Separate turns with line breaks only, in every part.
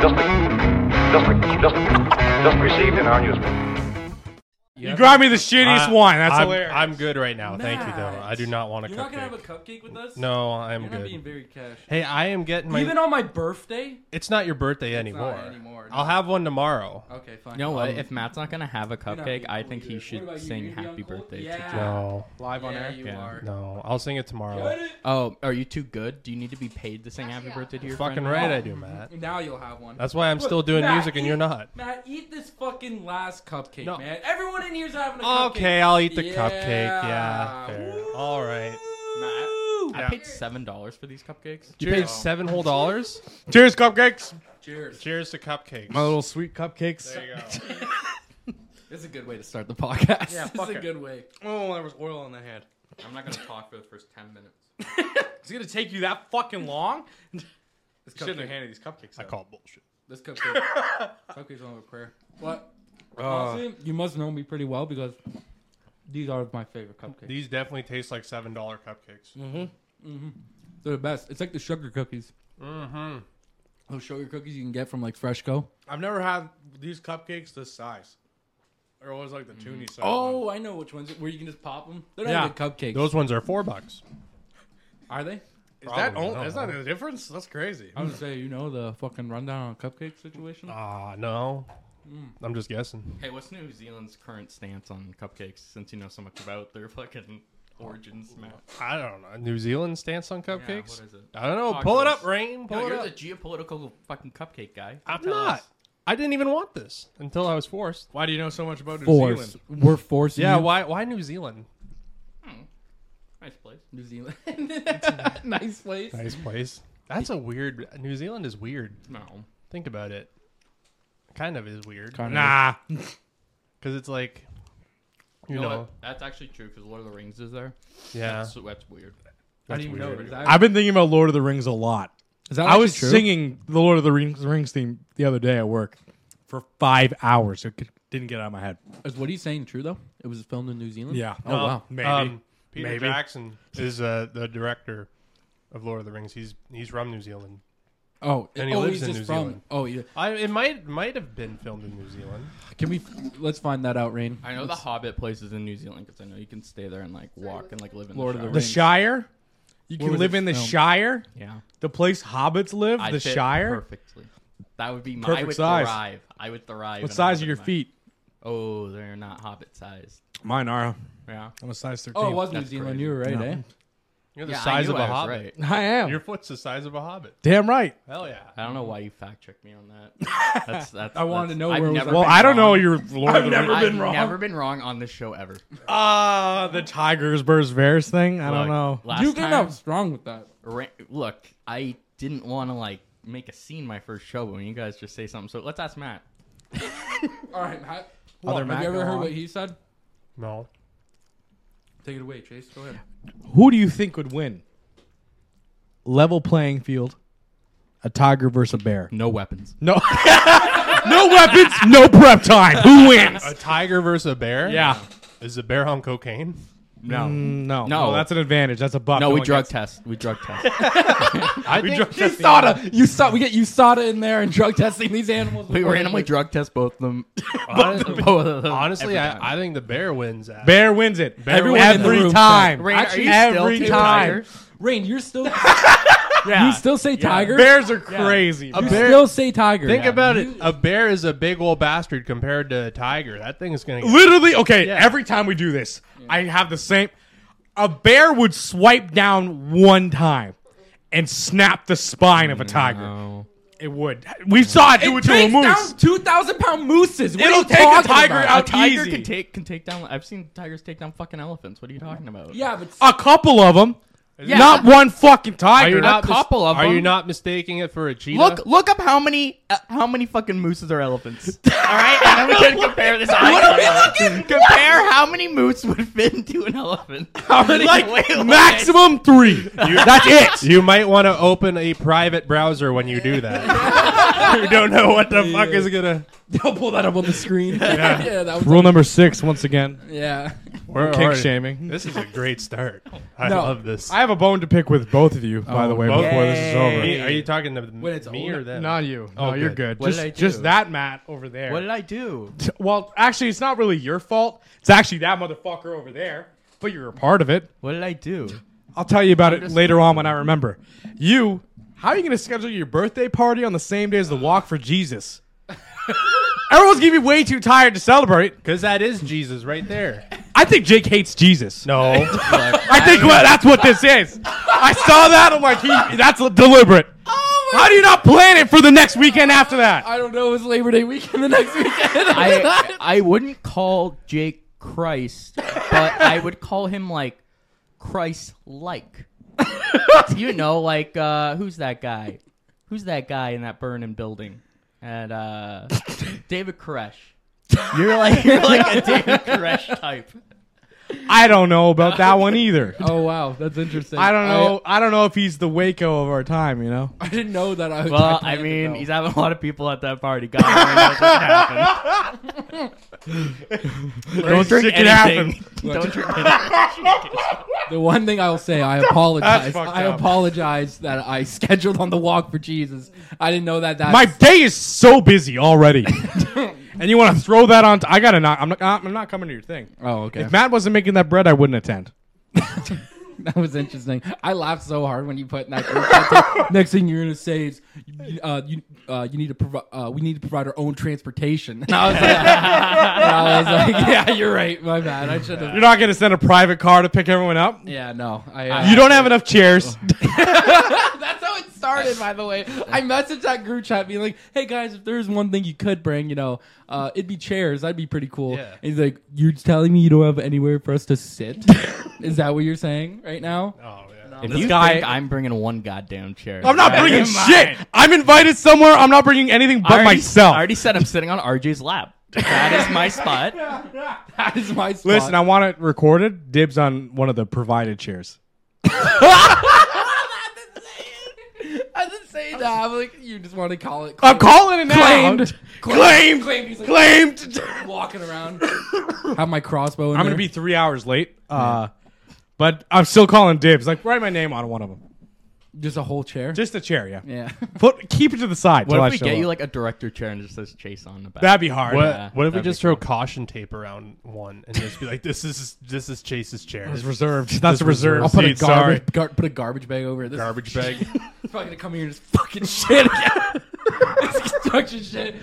Just, just, just, just received in our newspaper.
You grabbed me the shittiest
I-
one. That's
I'm,
hilarious.
I'm good right now. Oh, Thank you, though.
Matt.
I do not want a
You're
cupcake.
not gonna have a cupcake with us.
no, I'm
You're not being
good.
very cash.
Hey, I am getting my.
Even on my birthday.
it's not your birthday anymore.
not anymore, no.
I'll have one tomorrow.
Okay, fine.
You know what?
Um,
if Matt's not gonna have a
not
cupcake,
being
I
cool
think
either.
he
What
should
about you?
sing
You're gonna be
happy
uncool?
birthday
Yeah.
to Jack.
No,
live on
yeah,
air.
you
Yeah.
are.
no, I'll sing it tomorrow.
Oh, are you too good? Do you need to be paid to sing happy birthday to your
Fucking
friend?
right, I do, Matt.
Now you'll have one.
That's why I'm still
Look,
doing
Matt,
music and
eat-
you're not.
Matt, eat this fucking last cupcake,
No.
man. Everyone in here's having a cupcake.
Okay, I'll eat the
Yeah.
cupcake. Yeah, fair. All right.
Matt,
Yeah.
I paid seven dollars for these cupcakes.
You paid seven whole dollars.
Cheers, cupcakes.
Cheers.
Cheers to cupcakes.
My little sweet cupcakes.
There you go.
It's a good way to.
Start the podcast.
Yeah, fuck a good way.
Oh, there was oil on the hand.
I'm not gonna talk for the first ten minutes.
It's gonna take you that fucking long.
This
Shouldn't have
cupcake.
handed these cupcakes.
I
out.
call bullshit.
This cupcake. Cupcake's on a prayer. What?
Uh.
Honestly, you must know me pretty well because these are my favorite cupcakes.
These definitely taste like seven dollar cupcakes.
Mm.
They're the best. It's like the sugar cookies.
Mm-hmm.
Those sugar cookies you can get from like Freshco.
I've never had these cupcakes this size. They're always like the toony size.
Oh, I know which ones. Where you can just pop them. They're not
Yeah.
even cupcakes.
Those ones are four bucks.
are they?
is that
probably
only,
not.
that's not the difference? That's crazy.
I was gonna say, you know the fucking rundown on cupcake situation.
Ah, no.
Mm.
I'm just guessing.
Hey, what's New Zealand's current stance on cupcakes? Since you know so much about their fucking origins, Matt.
I don't know. New Zealand stance on cupcakes?
what is it?
I don't know.
Tacos.
Pull it up, Rain. Pull
No,
it
you're
up.
the geopolitical fucking cupcake guy.
I'm
Tell
not.
us.
I didn't even want this until I was forced.
Why do you know so much about New
Force.
Zealand?
We're forcing.
Yeah,
you.
why why New Zealand?
Nice place.
New Zealand. nice place.
Nice place. That's a weird New Zealand is weird.
No.
Think about it. Kind of is weird.
Kind of.
Nah.
Cuz it's like you,
You know,
know.
what? That's actually true because Lord of the Rings is there.
Yeah.
That's, that's weird.
How do you know?
weird.
Is that-
I've been thinking about Lord of the Rings a lot.
is that
I was
actually true?
singing the Lord of the Rings, Rings theme the other day at work for five hours. It could, didn't get out of my head.
Is what he's saying true though? It was filmed in New Zealand.
Yeah.
Oh
No.
wow.
Maybe.
Um, Peter
Maybe.
Jackson is uh, the director of Lord of the Rings. He's he's from New Zealand.
Oh,
And he
oh,
lives
he's
in
just
New
from.
Zealand.
Oh, yeah.
I it might might have been filmed in New Zealand.
Can we? Let's find that out, Rain.
I know the Hobbit places in New Zealand because I know you can stay there and like walk and like live in
Lord
the
of the
The
shower.
Rings.
Shire. You
Where
can
was
live
it
in the
filmed?
Shire,
Yeah.
the place hobbits live,
I'd
the
fit
Shire.
Perfectly. That would be my. I
Perfect
would
size.
thrive. I would thrive.
What
in a
size are
Hobbit
your
environment.
feet?
Oh, they're not Hobbit sized.
Mine are.
Yeah.
I'm a size 13.
Oh, it was New
That's
Zealand.
crazy.
You were right, eh?
You're the
yeah, I
size
knew
of
I
a
was
hobbit.
right.
I am.
Your foot's the size of a hobbit.
Damn right.
Hell yeah.
I don't know why you fact checked me on that. That's that's.
I wanted
that's-
to know
I've
where it was
never
at.
Well,
been
I don't know
wrong.
your Lord of the
I've
Rings.
never been wrong on this show ever.
Ah, the Tigers versus Bears thing. I don't
Look,
know.
Last
You came
time,
out strong with that.
ra- look, I didn't want to like make a scene my first show, but when you guys just say something, so let's ask Matt.
All right, Matt.
Other
have
Matt
you
go
ever heard
on.
what he said?
No.
Take it away, Chase. Go ahead.
Who do you think would win? Level playing field, a tiger versus a bear.
No weapons.
No, no weapons, no prep time. Who wins?
A tiger versus a bear?
Yeah,
Is a bear on cocaine?
No.
Mm, no,
No.
Well, that's an advantage. That's a buck.
No, we
one
drug
gets-
test. We drug test.
I think
drug test the
USADA. You saw. We get USADA in there and drug testing these animals.
we
before they
randomly
leave.
drug test both of them.
honestly,
both of them
honestly
every time.
I, I think the bear wins that.
Bear wins it
Bear
every,
wins it.
every
In the room,
time.
Rain,
Actually,
are you still
every
Team
time.
Tiger?
Rain, you're still.
Yeah.
You still say tiger.
Bears are crazy.
A
man.
You
bear-
still say tiger.
Think
Yeah.
about it. A bear is a big old bastard compared to a tiger. That thing is going to get
Literally, okay,
Yeah.
every time we do this, I have the same. A bear would swipe down one time and snap the spine of a tiger.
No.
It would. We saw it do it, to a
Takes
moose.
down two thousand pound mooses. What are
It'll
you
take a
talking
tiger
about?
out
A tiger
easy.
can take can take down. I've seen tigers take down fucking elephants. What are you talking about?
Yeah, but
A couple of them.
Yeah.
Not one fucking
Are
tiger.
you not mis-
couple of
Are you
them.
not mistaking it for a cheetah?
Look, look up how many uh, how many fucking mooses are elephants. All right, and then we can compare this. What
are we looking-
Compare how many moose would fit into an elephant. How many?
like maximum three. That's it.
You might want to open a private browser when you do that. who don't know what the fuck is gonna.
Don't pull that up on the screen. Yeah, that was
Rule number six, once again,
yeah.
We're
kink
already-
shaming.
This is a great start. I
No.
love this.
I have a bone to pick with both of you, by
Oh,
the way,
Both-
before this is
Are
over.
you- Are you talking to
When it's
me
older-
or them?
Not you.
Oh,
no, you're
good.
good.
What did
just,
I do?
just that Matt over there.
What did I do?
well, actually, it's not really your fault. It's actually that motherfucker over there. But you're a part of it.
What did I do?
I'll tell you about it later on when I remember. You, how are you going to schedule your birthday party on the same day as the walk for Jesus? Everyone's going to be way too tired to celebrate.
Because that is Jesus right there.
I think Jake hates Jesus.
No.
I think what, that's what this is. I saw that. I'm like, he, that's deliberate. How do you not plan it for the next weekend after that?
I don't know. It's Labor Day weekend the next weekend.
I I wouldn't call Jake Christ, but I would call him like Christ like. you know, like uh who's that guy? Who's that guy in that burning building? And uh David Koresh. You're like you're like a David Koresh type.
I don't know about that one either.
oh wow, that's interesting.
I don't know. I, don't know if he's the Waco of our time. You know,
I, didn't know that. I
Well, I
planned it,
mean,
though.
he's having a lot of people at that party. God, only knows what happened.
don't
drink
Shit can
anything.
happen.
Don't drink anything.
The one thing I will say, I apologize.
That's fucked
I
up.
apologize that I scheduled on the walk for Jesus. I didn't know that. That's,
My day is so busy already, and you want to throw that on? T- I gotta not. I'm not. I'm not coming to your thing.
oh, okay.
If Matt wasn't making that bread, I wouldn't attend.
that was interesting. I laughed so hard when you put in that. group chat. Next thing you're gonna say is, uh, you uh, you need to provide. Uh, we need to provide our own transportation. And I was like, and I was like, yeah, you're right. My bad. I should have.
You're not gonna send a private car to pick everyone up.
Yeah, no. I, uh,
You don't have enough chairs.
That's how it started, by the way. I messaged that group chat being like, hey guys, if there's one thing you could bring, you know, uh, it'd be chairs. That'd be pretty cool.
Yeah.
And he's like, you're telling me you don't have anywhere for us to sit? Is that what you're saying right now?
Oh, yeah.
If
This
you
guy-
think I'm bringing one goddamn chair.
I'm not
Right?
bringing shit. I'm invited somewhere. I'm not bringing anything but
I already-
myself.
I already said I'm sitting on RJ's lap. That is my spot.
That is my spot.
Listen, I want it recorded. Dibs on one of the provided chairs.
I didn't say that. I'm like, you just want to call it.
I'm calling it now.
Claimed.
Claimed.
Claimed. He's like-
Claimed.
Walking around. have my crossbow in
I'm gonna
there.
be three hours late. Uh, but I'm still calling dibs. Like write my name on one of them.
Just a whole chair?
Just a chair, yeah.
yeah.
Put keep it to the side. till
What
I
if we
show
get you
up.
like a director chair and just says Chase on the back?
That'd be hard.
What,
Yeah,
what if we
that'd be
just throw caution tape around one and just be like, "This is this is Chase's chair."
It's reserved. That's a reserve.
I'll put a
seat, sorry.
garbage, gar- put a garbage bag over it. This is
Garbage bag.
It's probably gonna come here and just fucking shit again. it's construction shit.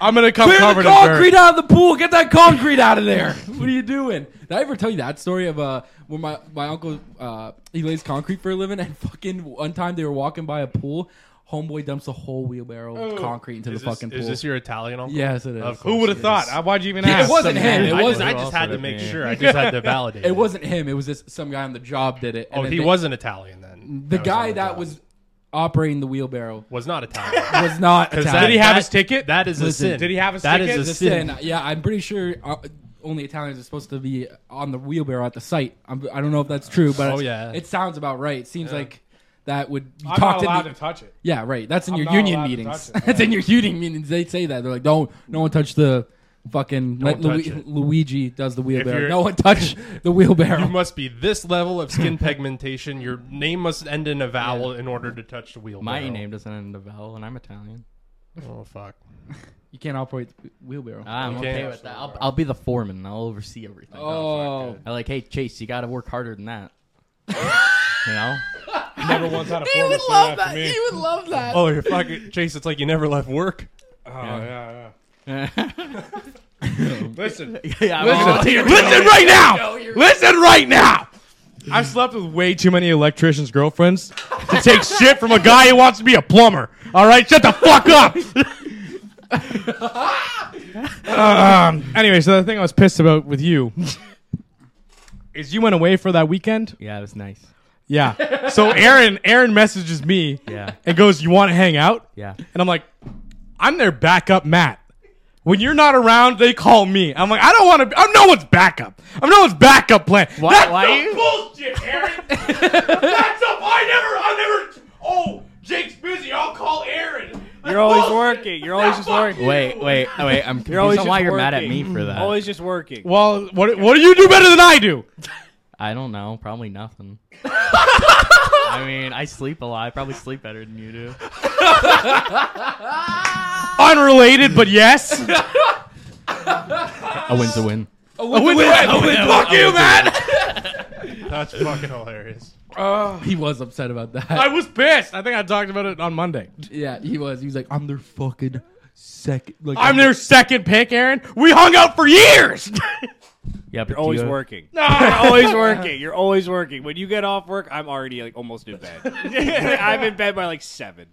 I'm gonna come
Clear the
covered
concrete
in dirt.
out of the pool. Get that concrete out of there. What are you doing? Did I ever tell you that story of uh when my my uncle uh he lays concrete for a living and fucking one time they were walking by a pool, homeboy dumps a whole wheelbarrow of concrete into
Is
the fucking
this,
pool.
is this your Italian uncle?
yes, it is.
Of course.
Who would have thought? I- Why'd you even ask?
It wasn't
Some man.
him. It
I,
wasn't.
I
I
just
also
had to
would
make
be.
sure. I just had to validate.
It wasn't him. It was just some guy on the job did it.
Oh,
and
he
they-
wasn't Italian then.
the
was on
guy
the
that
job.
was operating the wheelbarrow.
was not Italian.
Was not.
'Cause
Italian.
that-
Did he have
that-
his ticket?
That is a
Listen,
sin.
did he have his
That
ticket?
is a
It's
sin.
in- Yeah, I'm pretty sure uh, only Italians are supposed to be on the wheelbarrow at the site. I'm, I don't know if that's true, but
Oh,
it's-
yeah.
it sounds about right. It seems like that would you
I'm
talk
not
to
allowed
the-
to touch it.
yeah, right. That's in
I'm
your
not
union
allowed to
meetings.
touch it.
That's in your union meetings. They say that they're like, don't, no one touch the fucking. let
touch
Lu-
it.
Luigi does the wheelbarrow.
you're-
No one touch the wheelbarrow.
You must be this level of skin pigmentation. Your name must end in a vowel in order to touch the wheelbarrow.
my name doesn't end in a vowel, and I'm Italian.
Oh fuck.
you can't operate the wheelbarrow.
I'm
Okay.
okay with that. I'll, I'll be the foreman. I'll oversee everything.
oh,
I like, hey Chase, you got to work harder than that. you know,
Never once had a formal say that to me.
would love that.
Oh, you're fucking Chase. It's like you never left work.
Oh yeah,
yeah.
Listen,
I'm all-
listen, listen right now. Listen right now. I've slept with way too many electricians' girlfriends to take shit from a guy who wants to be a plumber. All right, shut the fuck up. um, anyway, so the thing I was pissed about with you is you went away for that weekend.
yeah, it was nice.
Yeah. So Aaron, Aaron messages me
Yeah,
and goes, "You want to hang out?"
yeah.
And I'm like, I'm their backup, Matt. When you're not around, they call me. I'm like, I don't want to. Be, I'm no one's backup. I'm no one's backup plan.
Why-
That's
why
some
you-
bullshit, Aaron. That's up. I never. I never. Oh, Jake's busy. I'll call Aaron. Like,
You're always working. You're always just working.
Wait, wait, oh, wait. I'm
You're always
confused on why
just
you're mad at me
working.
for that.
Always just working.
Well, what what do you do better than I do?
I don't know. Probably nothing. I mean, I sleep a lot. I probably sleep better than you do.
Unrelated, but yes. a
A win's a win.
win, a win. Fuck you, man.
That's fucking hilarious.
He was upset about that.
I was pissed. I think I talked about it on Monday.
yeah, he was. He was like, I'm their fucking second. Like,
I'm their second pick, Aaron. We hung out for years.
Yeah, but
You're always
you,
working. You're
no,
always working. You're always working. When you get off work, I'm already like almost in bed. I'm in bed by like seven.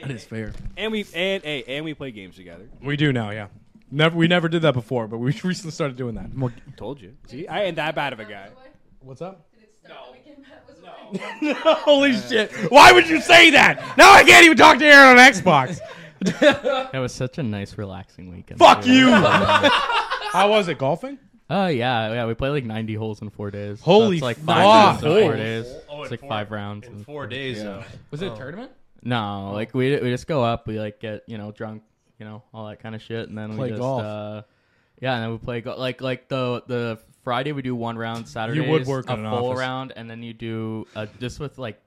That is fair.
And we and hey and we play games together.
we do now. Yeah, never. We never did that before, but we recently started doing that.
Told you. See, I ain't that bad of a guy.
What's up?
No.
Holy shit! Why would you say that? Now I can't even talk to Aaron on Xbox.
That was such a nice, relaxing weekend.
Fuck
too.
you. How was it golfing?
Oh yeah, yeah. We played like 90 holes in four days. So
Holy
it's like
fuck.
five rounds in four
Holy
days.
Oh, in
it's like
four-
five rounds
In four Oh. days, though.
Was
Oh.
it a tournament?
No, like we we just go up, we like get you know drunk, you know all that kind of shit, and then
Play
we just
golf.
uh yeah, and then we play go- like like the the Friday we do one round, Saturday
work
a
in an
full
office.
round, and then you do uh, just with like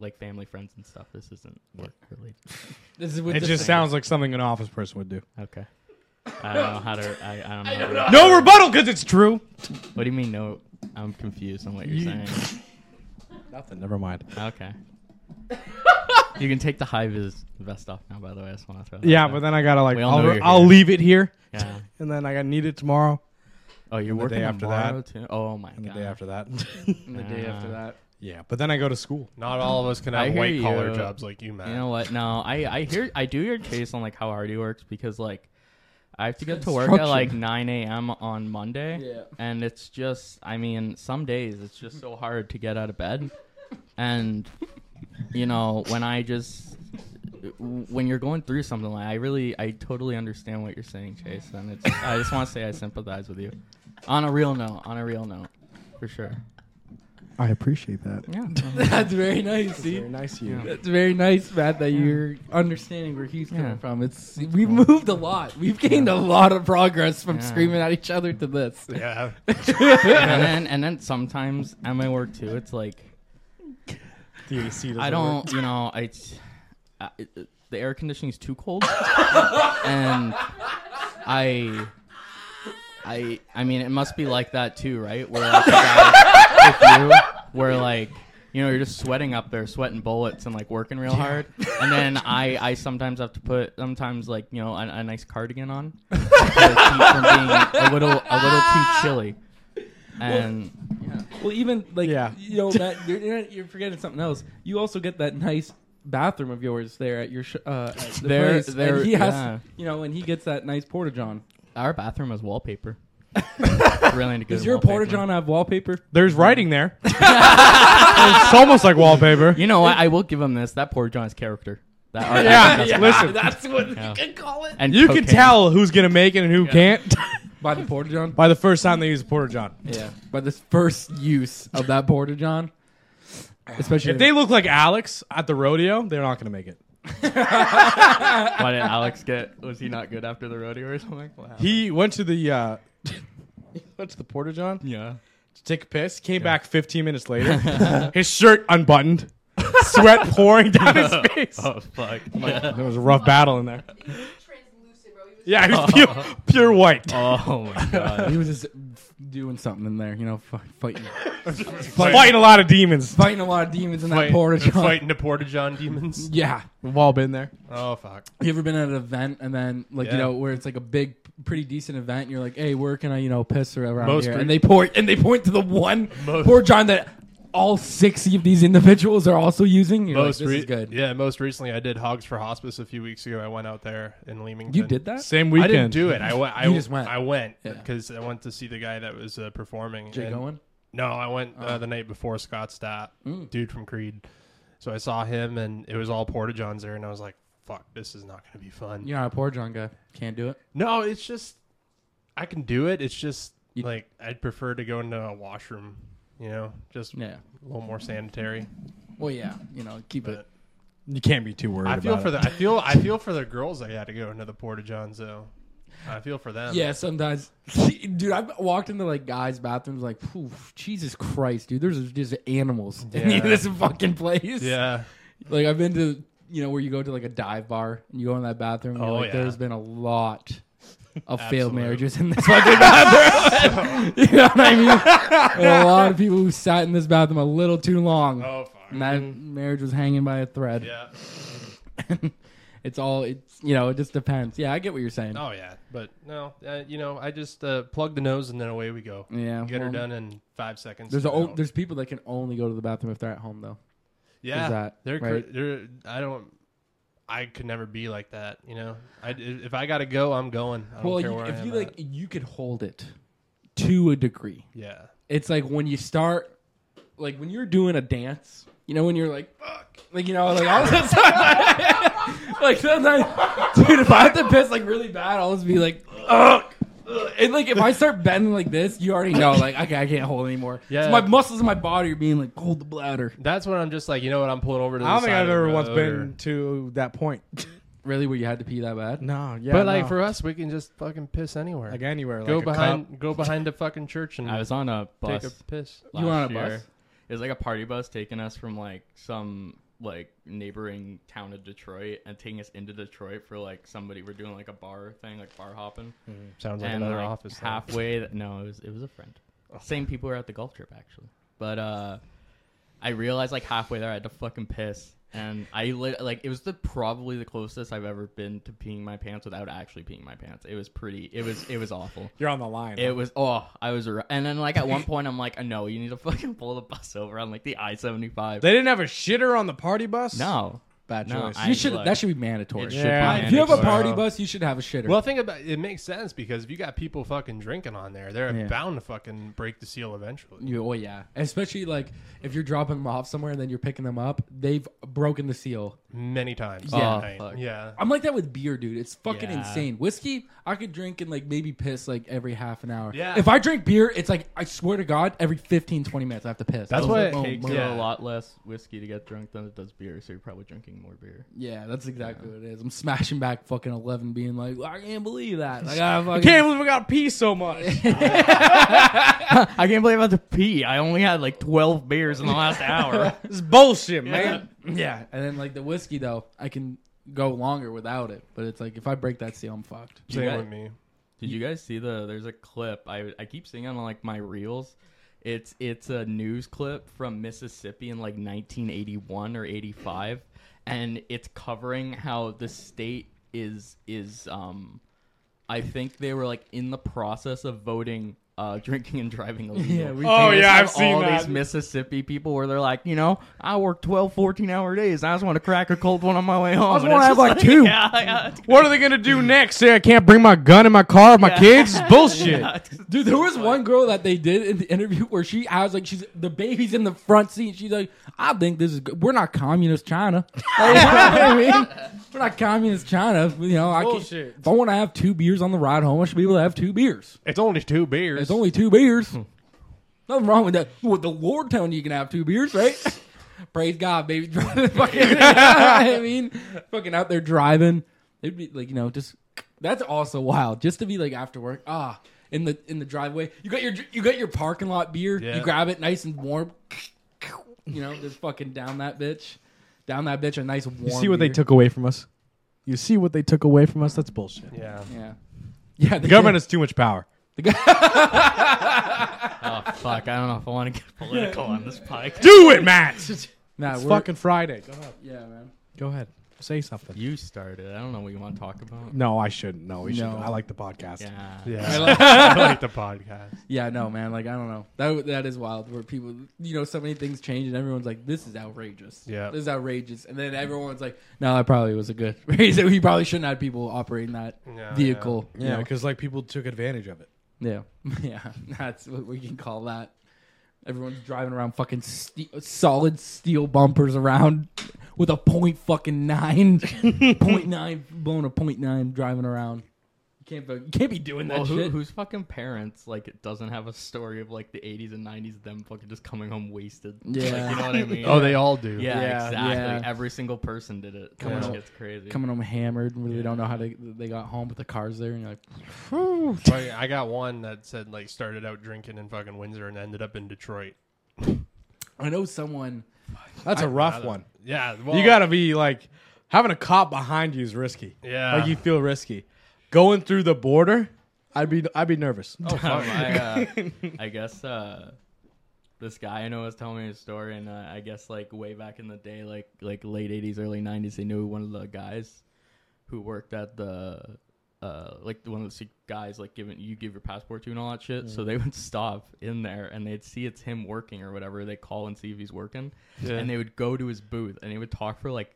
like family friends and stuff. This isn't work related.
This is what
It
this
just
thing-
sounds like something an office person would do.
Okay. I don't know how to. I, I don't know. how to-
No rebuttal, because it's true.
What do you mean? No, I'm confused on what you're
You-
saying.
Nothing. Never mind.
Okay. you can take the high vis vest off now. By the way, I just want to throw. That
Yeah,
out
but
there.
then I gotta like,
We all know
I'll,
you're
I'll
here.
leave it here,
Yeah.
and then I gotta need it tomorrow,
Oh, you're
the day
working
after that.
tomorrow too. Oh my
and the
god.
day after that.
And the day after that.
yeah, but then I go to school.
Not all of us can
I
have
hear
white collar
you.
jobs like you, Matt.
You know what? No, I I hear I do your case on like how hard he works because like I have to get to work at like 9 a.m. on Monday,
Yeah.
and it's just I mean some days it's just so hard to get out of bed, and you know when I just when you're going through something like I really I totally understand what you're saying, Chase, and it's I just want to say I sympathize with you. On a real note, on a real note, for sure.
I appreciate that.
Yeah.
That's very nice,
Very
dude.
nice of you.
That's very nice, Matt, that you're understanding where he's coming
Yeah.
from. It's we've moved a lot. We've gained a lot of progress from
Yeah.
screaming at each other to this.
Yeah.
and then and then sometimes at my work too, it's like.
The AC doesn't
I
work.
don't, you know, I, I the air conditioning's too cold, and I, I, I mean, it must be like that too, right? Where like, the guy with you, where like. You know, you're just sweating up there, sweating bullets and like working real hard. And then I, I sometimes have to put sometimes like you know a, a nice cardigan on to keep from being a little a little too chilly. And
Well, even like
Yeah.
you know, Matt, you're, you're, you're forgetting something else. You also get that nice bathroom of yours there at your sh- uh, at the
There-
place.
there-
and he has,
yeah.
you know, and he gets that nice porta john.
our bathroom has wallpaper. really into good
Does your
wallpaper.
porta john have wallpaper?
There's writing there. it's almost like wallpaper.
You know what? I will give him this. That poor John's character. That art
Yeah,
doesn't-
listen.
yeah.
Call it
And
You
cocaine.
can tell who's gonna make it and who can't
by the porta john.
by the first time they use porter john.
Yeah, by this first use of that porta john, especially
If they look like Alex at the rodeo, they're not gonna make it.
Why did Alex get? Was he not good after the rodeo or something? Wow.
He went to the uh, he went to the porter john
Yeah.
to take a piss. Came back 15 minutes later, his shirt unbuttoned, sweat pouring down his face.
Oh fuck.
There was a rough battle in there.
He was translucent, bro. He was
Yeah, he was pure, pure white.
Oh my god.
he was just doing something in there, you know, fi- fighting,
Fighting a lot of demons.
fighting a lot of demons in that
Fight-
porta john.
Fighting the Porta John demons.
Yeah,
We've all been there.
Oh fuck.
You ever been at an event and then like you
Yeah.
know where it's like a big, pretty decent event? And you're like, hey, where can I you know piss or around
Most
here?
pre-
and they point and they point to the one
Most-
poor John that all six of these individuals are also using. You're
Most
like, this
re-
is good.
Yeah, most recently I did Hogs for Hospice a few weeks ago. I went out there in Leamington.
You did that?
Same weekend.
I didn't do it. I went. I
You just went.
I went
Yeah.
because I went to see the guy that was uh, performing.
Jake
and-
Owen.
No, I went uh, the night before Scott Stapp, dude from Creed. So I saw him, and it was all Porta Johns there, and I was like, "Fuck, this is not going to be fun."
You're not a poor John guy. Can't do it.
No, it's just I can do it. It's just like I'd prefer to go into a washroom. You know, just
Yeah.
a little more sanitary.
Well, yeah. You know, keep it.
You can't be too worried
I feel
about
for
it.
the I feel I feel for the girls that had to go into the porta johns though. I feel for them.
Yeah, sometimes, dude. I've walked into like guys' bathrooms, like, "Phew, Jesus Christ, dude. There's just animals
Yeah.
in this fucking place.
Yeah.
Like I've been to, you know, where you go to like a dive bar and you go in that bathroom. And
Oh,
you're like,
yeah.
There's been a lot of failed
Absolute.
marriages in this fucking bathroom. you know what I mean? And a lot of people who sat in this bathroom a little too long,
Oh fuck.
and that marriage was hanging by a thread.
Yeah.
It's all, it's you know, it just depends. Yeah, I get what you're saying.
Oh yeah. But no, uh, you know, I just uh, plug the nose and then away we go.
Yeah,
Get
well,
her done in five seconds.
There's a,
and
o-
out.
there's people that can only go to the bathroom if they're at home though.
yeah.
that,
they're cr-
right?
they're I don't. I could never be like that. You know. I if I gotta go, I'm going. I don't
Well,
care
you,
where I
if
am
you
at.
like, you could hold it to a degree.
Yeah.
It's like when you start, like when you're doing a dance. You know, when you're like, fuck, like you know, like all of a sudden, like sometimes, dude, if I have to piss like really bad, I'll just be like, ugh. ugh. And like if I start bending like this, you already know, like okay, I can't hold anymore.
Yeah.
so my muscles in my body are being like, hold the bladder.
That's when I'm just like, you know what? I'm pulling over to. The
I don't think
side
I've
of the
ever once
road or-
been to that point.
Really, where you had to pee that bad?
No, yeah.
But like
no.
for us, we can just fucking piss anywhere.
like anywhere,
go
like a
behind,
cup.
go behind the fucking church and
I was on a bus.
take a piss.
last
You were on a
year.
bus?
It was like a party bus taking us from like some like neighboring town of Detroit and taking us into Detroit for like somebody we're doing like a bar thing, like bar hopping.
Sounds like
and
another
like
office. thing.
halfway th- no it was it was a friend same people were at the golf trip actually but uh i realized like halfway there i had to fucking piss and i lit, like it was the probably the closest i've ever been to peeing my pants without actually peeing my pants it was pretty it was it was awful
You're on the line.
it was oh i was ar- and then like at one point i'm like "Uh, no you need to fucking pull the bus over on like the i-75
they didn't have a shitter on the party bus.
no
bad
No,
choice.
I-
You should.
look.
That should be mandatory.
It
should
Uh,
be
if you have a
mandatory.
party
Wow.
bus, you should have a shitter.
Well, think about it. Makes sense because if you got people fucking drinking on there, they're
Yeah.
bound to fucking break the seal eventually.
You, oh yeah, especially like if you're dropping them off somewhere and then you're picking them up, they've broken the seal.
Many times.
Yeah.
Oh,
Right.
fuck.
yeah.
I'm like that with beer, dude. It's fucking
Yeah.
insane. Whiskey, I could drink and like maybe piss like every half an hour.
Yeah.
If I drink beer, it's like I swear to God, every 15, 20 minutes I have to piss.
That's
I was
why
like,
it
oh,
takes
my-
you
Yeah.
a lot less whiskey to get drunk than it does beer so you're probably drinking more beer
Yeah, that's exactly what it is. I'm smashing back fucking eleven, being like, I can't believe that. Like I
I
fucking
can't believe I got to pee so much.
I can't believe I had to pee. I only had like 12 beers in the last hour.
this is bullshit, man.
yeah. And then like the whiskey though, I can go longer without it. But it's like if I break that seal, I'm fucked.
Same
got-
with me.
Did you guys see the there's a clip I I keep seeing on like my reels. It's it's a news clip from Mississippi in like 1981 or 85 and it's covering how the state is is um I think they were like in the process of voting uh, drinking and driving illegal.
Yeah, we-
Oh,
They just
yeah,
have
I've seen
all
that.
these Mississippi people where they're like, you know, I work 12, 14 hour days. I just want to crack a cold one on my way home. I
just wanna have, like, two.
Yeah, yeah.
What are they gonna do next? Say I can't bring my gun in my car with my
Yeah.
kids? It's bullshit.
Yeah, it's-
Dude, there was one girl that they did in the interview where she, I was like, she's the baby's in the front seat. She's like, I think this is good. We're not communist China. Like, you know what I mean? We're not communist China. You know, I can,
Bullshit.
if I want to have two beers on the ride home, I should be able to have two beers.
It's only two beers.
It's only two beers.
Hmm.
Nothing wrong with that. With the Lord telling you you can have two beers, right? Praise God, baby. Fucking- you know what I mean, fucking out there driving. It'd be like you know, just that's also wild. Just to be like after work, ah, in the in the driveway, you got your you got your parking lot beer.
Yeah.
You grab it, nice and warm. You know, just fucking down that bitch, down that bitch, a nice warm.
You see what they
beer.
took away from us? You see what they took away from us? That's bullshit.
Yeah.
Yeah, yeah.
The government has too much power.
Oh fuck! I don't know if I want to get political on this podcast.
Do it, Matt. It's
Nah, we're,
fucking Friday. Go ahead.
yeah, man.
Go ahead. Say something.
You started. I don't know what you want to talk about.
No, I shouldn't. No, we shouldn't.
No.
I like the podcast.
Yeah.
Yeah. I like the podcast.
Yeah, no, man. Like I don't know. That that is wild. Where people, you know, so many things change, and everyone's like, "This is outrageous."
Yeah.
this is outrageous. And then everyone's like, "No, that probably was a good reason. We probably shouldn't have people operating that
Yeah,
vehicle."
Yeah,
you
because like people took advantage of it.
know? yeah, yeah. That's what we can call that. Everyone's driving around fucking ste- solid steel bumpers around with a point fucking nine, point nine blown a point nine driving around. can't vote. You can't be doing that
Well, who,
shit.
whose fucking parents like it doesn't have a story of like the 80s and 90s them fucking just coming home wasted? Like,
Yeah.
you know what I mean?
Oh, they all do.
Yeah,
Yeah,
exactly.
yeah.
Every single person did it.
Coming
Coming
home-
it's crazy.
Coming home hammered, and really don't know how they they got home, but the car's there, and you're like,
Fucking- I got one that said like started out drinking in fucking Windsor and ended up in Detroit.
I know someone.
That's a rough
Another-
one.
Yeah, well,
you gotta be like having a cop behind you is risky.
Yeah.
like you feel risky. Going through the border, I'd be I'd be nervous.
Um, I, uh, I guess uh, this guy I know was telling me a story, and uh, I guess like way back in the day, like like late '80s, early '90s, they knew one of the guys who worked at the uh, like one of the sec- guys like giving you give your passport to and all that shit. So they would stop in there and they'd see it's him working or whatever. They call and see if he's working, and they would go to his booth and they would talk for like.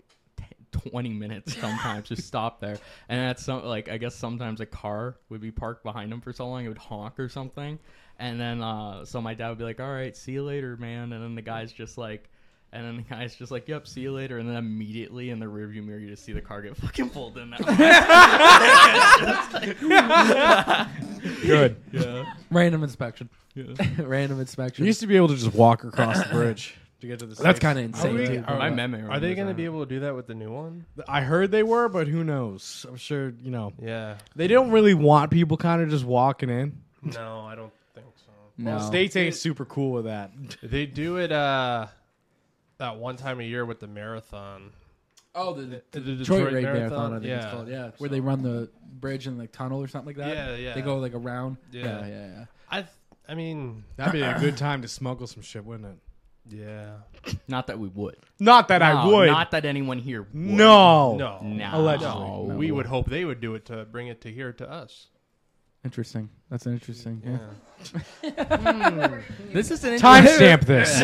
10, 20 minutes sometimes just stop there and at some like i guess sometimes a car would be parked behind him for so long it would honk or something and then uh so my dad would be like all right see you later man and then the guy's just like and then the guy's just like yep see you later and then immediately in the rearview mirror you just see the car get fucking pulled in that
Good.
Random inspection.
Yeah.
Random
You
inspection.
used to be able to just walk across the bridge to get to the.
That's
States.
kind of insane.
we-
too.
are
my memory
Are they
was
going to
on
be
it.
able to do that with the new one?
I heard they were, but who knows? I'm sure you know
Yeah.
they don't really want people kind of just walking in.
No, I don't think so.
no.
States ain't super cool with that.
They do it uh that one time a year with the marathon.
Oh, the, the
The Detroit,
Detroit, Raid Marathon, I think
yeah.
it's called. Yeah, where they run the bridge and the tunnel or something like that.
Yeah, yeah.
They go like around.
Yeah.
yeah, yeah. yeah.
I th- I mean,
That'd be a good time to smuggle some shit, wouldn't it?
yeah.
not that we would
Not that I
No,
would.
not that anyone here would.
Oh, no.
No.
no
Allegedly.
No, we would hope they would do it to bring it to here to us.
Interesting. That's interesting. Yeah.
this is an
Timestamp this.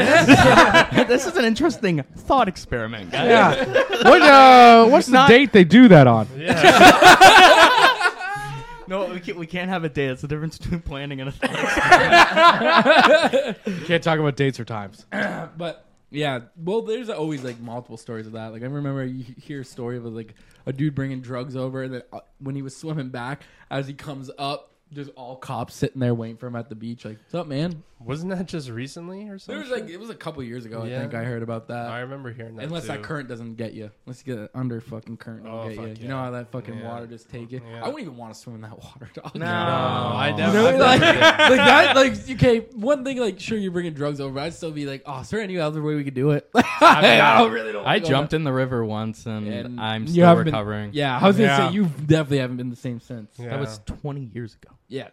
this is an interesting thought experiment guys.
Yeah. What, uh, what's the date they do that on?
no we can't, we can't have a day that's the difference between planning and a thought
You can't talk about dates or times.
But yeah, well, there's always like multiple stories of that. Like I remember you he- hear a story of like a dude bringing drugs over, and then uh, when he was swimming back, as he comes up, there's all cops sitting there waiting for him at the beach. Like, what's up, man?
Wasn't that just recently or
There
something?
was like it was a couple years ago. I
Yeah.
think I heard about that.
I remember hearing that.
Unless that
too.
current doesn't get you. Unless you get it under fucking current, it'll
Oh,
get
fuck
you. You
yeah.
know how that fucking
Yeah.
water just take you.
Yeah.
I wouldn't even want to swim in that water, dog.
No, I
You
never.
know,
I've
like,
never
like that, like okay. One thing, like sure, you're bringing drugs over. but I'd still be like, oh, is there any other way we could do it? I, don't really don't.
I
go
jumped in the river once and,
And
I'm
you
still
haven't been-
recovering.
Yeah, I was gonna
Yeah.
say you definitely haven't been the same since.
Yeah.
That was 20 years ago.
Yeah.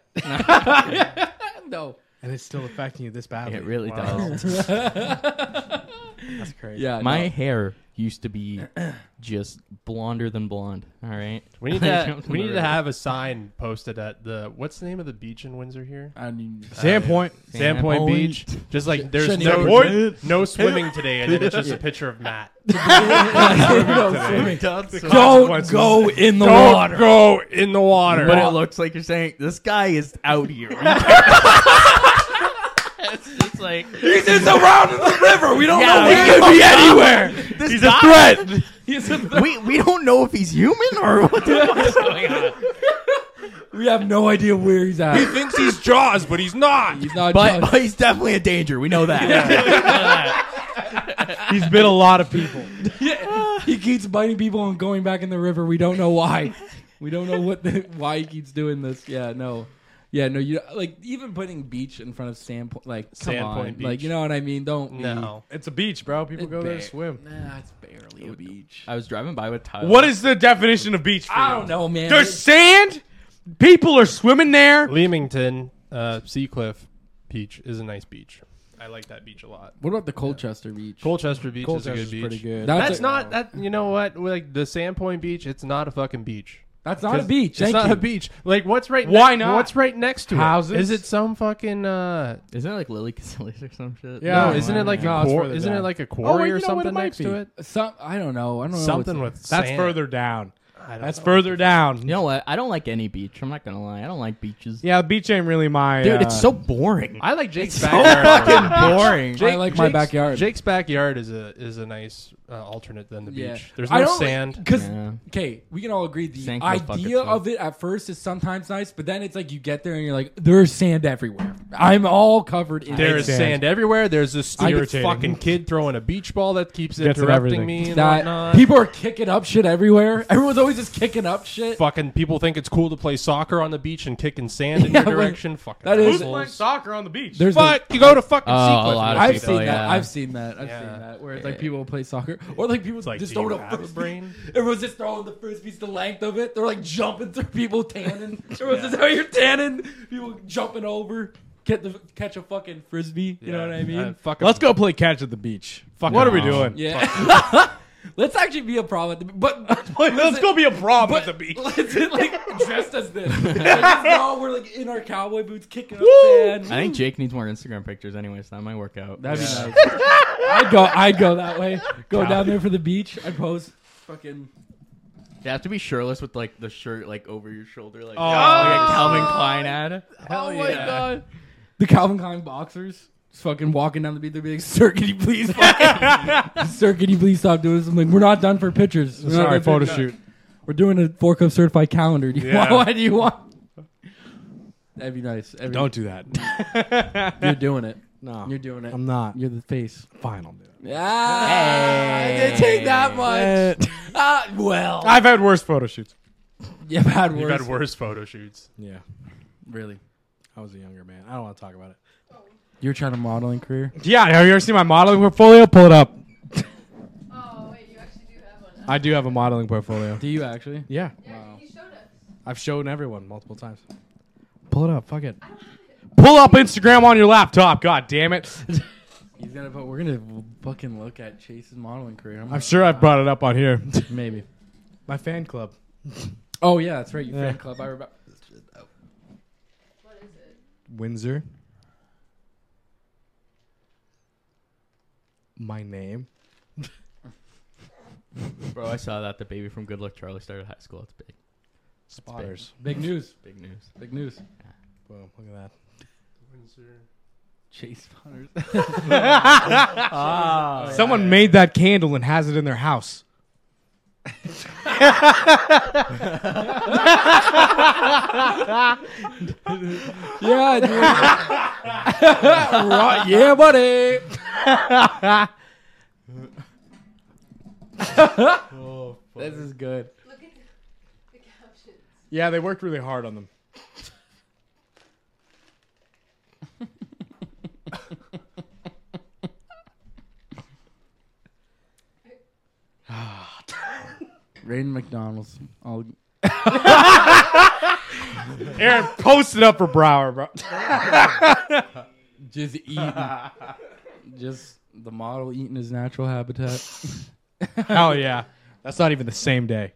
no.
And it's still affecting you this badly.
It really
Wow.
does.
That's crazy.
Yeah.
My
no.
hair used to be just blonder than blonde. All right.
We need
I
to.
jumped in
We
the
need to
river.
have a sign posted at the. What's the name of the beach in Windsor here?
I mean,
Sandpoint.
Sandpoint
Point.
Beach. Just like there's
shouldn't
no
even-
Point.
no swimming today, and then it's just a picture of Matt.
no, swimming.
Don't
go in the water.
go in the water.
But it looks like you're saying this guy is out here. it's just like
He's just around the river. We don't
Yeah,
know
we
where
could
be anywhere.
this he's guy, a threat. we we don't know if he's human or what the fuck's going on.
We have no idea where he's at.
thinks he's Jaws, but he's not.
He's not.
But,
Josh.
but he's definitely a danger. We know that.
He's bit a lot of people.
he keeps biting people and going back in the river. We don't know why. we don't know what the, why he keeps doing this. Yeah, no. Yeah, no. You like even putting beach in front of sandpoint. Like come
Sandpoint
on.
Beach.
Like you know what I mean? Don't be-
No.
It's a beach, bro. People go there to
Ba-
swim.
Nah, it's barely a beach.
I was driving by with Tyler.
What is the definition of beach for
I
you?
don't know, man.
There's sand. People are swimming there.
Leamington, uh, Seacliff Beach is a nice beach. I like that beach a lot.
what about the Colchester Beach?
Colchester Beach is a
Colchester's
good beach.
pretty good.
That's
That's
a-
not that. You know what? Like the Sandpoint Beach, it's not a fucking beach.
That's not a
'Cause
beach.
It's
Thank
not
you.
a beach. Like what's right?
Why not?
What's right next to
Houses?
it? Is it some fucking? Uh,
Isn't it like Lily Casillas or some shit?
Yeah.
no, isn't it like
No,
a
it's
quar-
further
isn't
down.
it like a quarry
Oh, wait, you
or
know what? It
something
might
next
be.
to it?
Some I don't know. I don't know.
Something
what's-
with
That's
sand.
further down.
I don't
That's
know.
further down.
You know what? I don't like any beach. I'm not gonna lie. I don't like beaches.
Yeah, beach ain't really my.
Dude,
uh,
it's so boring.
I like Jake's backyard.
boring.
I like my
Jake's-
backyard.
Jake's backyard is a is a nice uh, alternate than the
Yeah.
beach. There's
I
no
don't-
sand.
Cause
Yeah.
okay, we can all agree the
Sank no buckets,
idea
though.
of it at first is sometimes nice, but then it's like you get there and you're like, there's sand everywhere. I'm all covered in
There is
sand.
sand. everywhere. There's this
I could-
stupid fucking kid throwing a beach ball that keeps
Gets in everything.
interrupting me and
That
whatnot.
people are kicking up shit everywhere. Everyone's always just kicking up shit.
fucking people think it's cool to play soccer on the beach and kicking sand in
Yeah,
your
but
direction. Fucking
that is-
Who's
assholes.
playing soccer on the beach?
There's
But you go to fucking
Oh,
Seacliff
a
and
lot of
play
I've
people,
seen
soccer.
that.
yeah.
I've seen that. I've
Yeah.
seen that. Where it's like people play soccer, or like people
like,
just
do you
throwing a
have a
frisbee.
brain?
Everyone's just throwing the frisbees the length of it. They're like jumping through people tanning. Everyone's just out here tanning. People jumping over. Get the catch a fucking frisbee. You know what I mean?
Uh, fucking-
Let's go play catch at the beach.
Fucking
what are we doing?
awesome.
yeah. Let's actually be a problem at the but
Let's go be a problem at the beach.
Let's get, like dressed as this. Like, just go, we're like in our cowboy boots kicking up sand.
I think Jake needs more Instagram pictures anyway, so that might work out.
That'd be nice. I'd go. I'd go that way. Go down there for the beach. I'd pose. Fucking.
You have to be shirtless with like the shirt like over your shoulder, like,
Oh,
like a Calvin Klein ad.
oh my god. The Calvin Klein boxers. Just fucking walking down the beach. They'd be like, "Sir, can you please, fucking- sir, can you please stop doing this?" I'm like, "We're not done for pictures. We're not
Sorry,
done for
photo
pictures.
shoot.
We're doing a four cup certified calendar. Do you
Yeah.
want? What do you want?" That'd be nice. That'd be-
Don't do that.
You're doing it.
No,
You're doing it.
I'm not.
You're the face.
Fine, I'll do it.
Ah, I didn't take that much. Ah, well,
I've had worse photo shoots.
you've had worse.
You've had worse photo shoots.
Yeah,
Really,
I was a younger man. I don't want to talk about it.
you're trying to modeling career.
Yeah, have you ever seen my modeling portfolio? Pull it up.
Oh, wait, you actually do have one.
I do have a modeling portfolio.
Do you actually?
Yeah,
Yeah, he showed us.
I've shown everyone multiple times. Pull it up. Fuck it. Pull up Instagram on your laptop. God damn it.
He's gonna. Put, we're gonna fucking look at Chase's modeling career. I'm,
I'm sure I've brought it up on here.
maybe.
my fan club.
Oh yeah, that's right. You
Yeah.
fan club. I remember.
What is it?
Windsor. My name.
Bro, I saw that the baby from Good Luck Charlie started high school. It's big,
Spotters.
Big news.
big news.
Big news.
Boom. Look at that.
Chase Butters.
Someone made that candle and has it in their house.
yeah, dude. right, yeah, buddy. this is good.
Look at the, the captions.
Yeah, they worked really hard on them.
Raiden McDonald's. All
Aaron, post it up for Brower, bro.
just eating. just the model eating his natural habitat.
Hell yeah. That's not even the same day.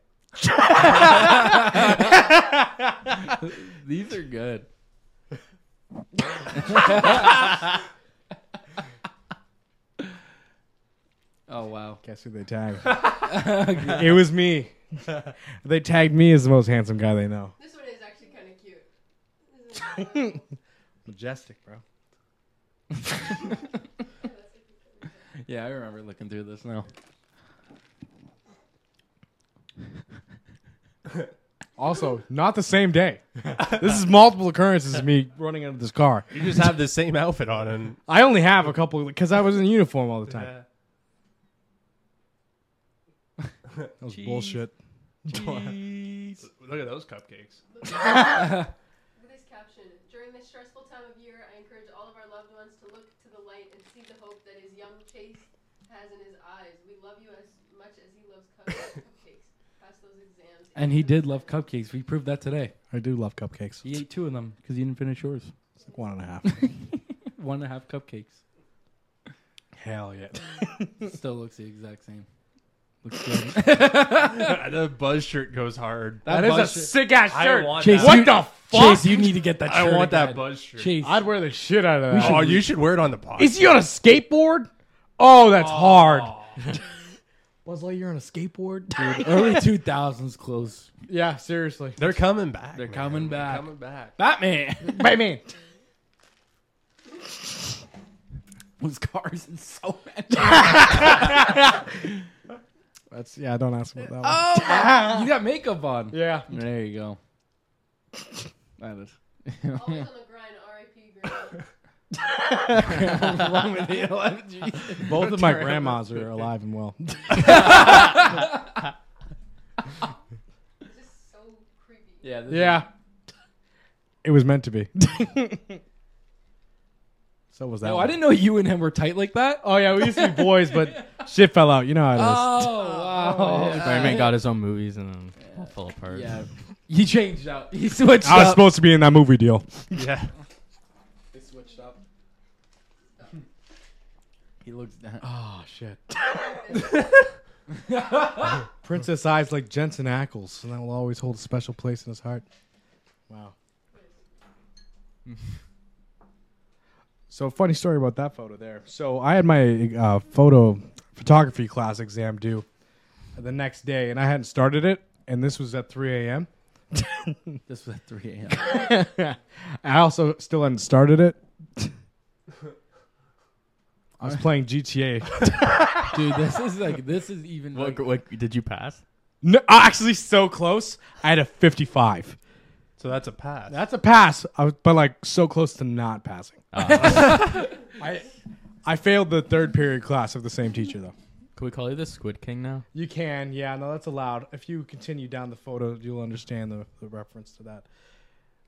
These are good. oh wow.
Guess who they tagged? it was me. They tagged me as the most handsome guy they know.
This one is actually kind of cute. This is-
Majestic, bro.
Yeah, I remember looking through this now.
Also, not the same day. This is multiple occurrences of me running out of this car.
You just have the same outfit on, and
I only have a couple because I was in uniform all the time. That was bullshit.
look at those cupcakes.
Look at this caption. During this stressful time of year, I encourage all of our loved ones to look to the light and see the hope that his young Chase has in his eyes. We love you as much as he loves cup- cupcakes. Pass those exams.
And he did love cupcakes. We proved that today.
I do love cupcakes.
He ate two of them because he didn't finish yours.
It's like one and a half.
One and a half cupcakes.
Hell yeah.
Still looks the exact same. Looks good.
the buzz shirt goes hard.
That is a
sick ass
I want
Chase,
that.
What
you-
the fuck?
Chase, you need to get that
I
shirt
want that
again.
buzz shirt.
Chase.
I'd wear the shit out of that.
Oh, you should wear it on the podcast.
Is he on a skateboard? Oh, that's hard. Buzz Lightyear on a skateboard?
Early 2000s clothes.
yeah, seriously.
They're coming back.
They're
man.
coming back.
Coming back.
Batman
Batman.
was cars in so many.
That's yeah. Don't ask about that. one.
you got makeup on.
Yeah.
There you go. That is.
Always on the grind, R.I.P. Grandma.
Along with the 11 G.
Both of my grandmas are alive and well.
It's just so creepy.
Yeah. this is-
yeah. It was meant to be. so was that.
Oh,
one.
I didn't know you and him were tight like that.
Oh yeah, we used to be boys, but shit fell out. You know how it is.
Oh. wow.
Spider-Man got his own movies and then all fell apart.
oh, Yeah. He changed out. He switched
I was
up.
supposed to be in that movie deal.
Yeah.
He switched up. He looks down.
Oh shit. Princess eyes like Jensen Ackles, and that will always hold a special place in his heart. Wow. so funny story about that photo there. So I had my uh, photo photography class exam due the next day, and I hadn't started it, and this was at 3 a.m.
This was at 3 a.m.
I also still hadn't started it. I was playing GTA.
Dude, this is like, this is even.
What,
like,
what did you pass?
No, actually, so close. I had a 55.
So that's a pass.
That's a pass, I was, but like so close to not passing.
Uh.
I I failed the third period class of the same teacher though.
Can we call you the Squid King now?
You can, yeah, no, that's allowed. If you continue down the photo, you'll understand the, the reference to that.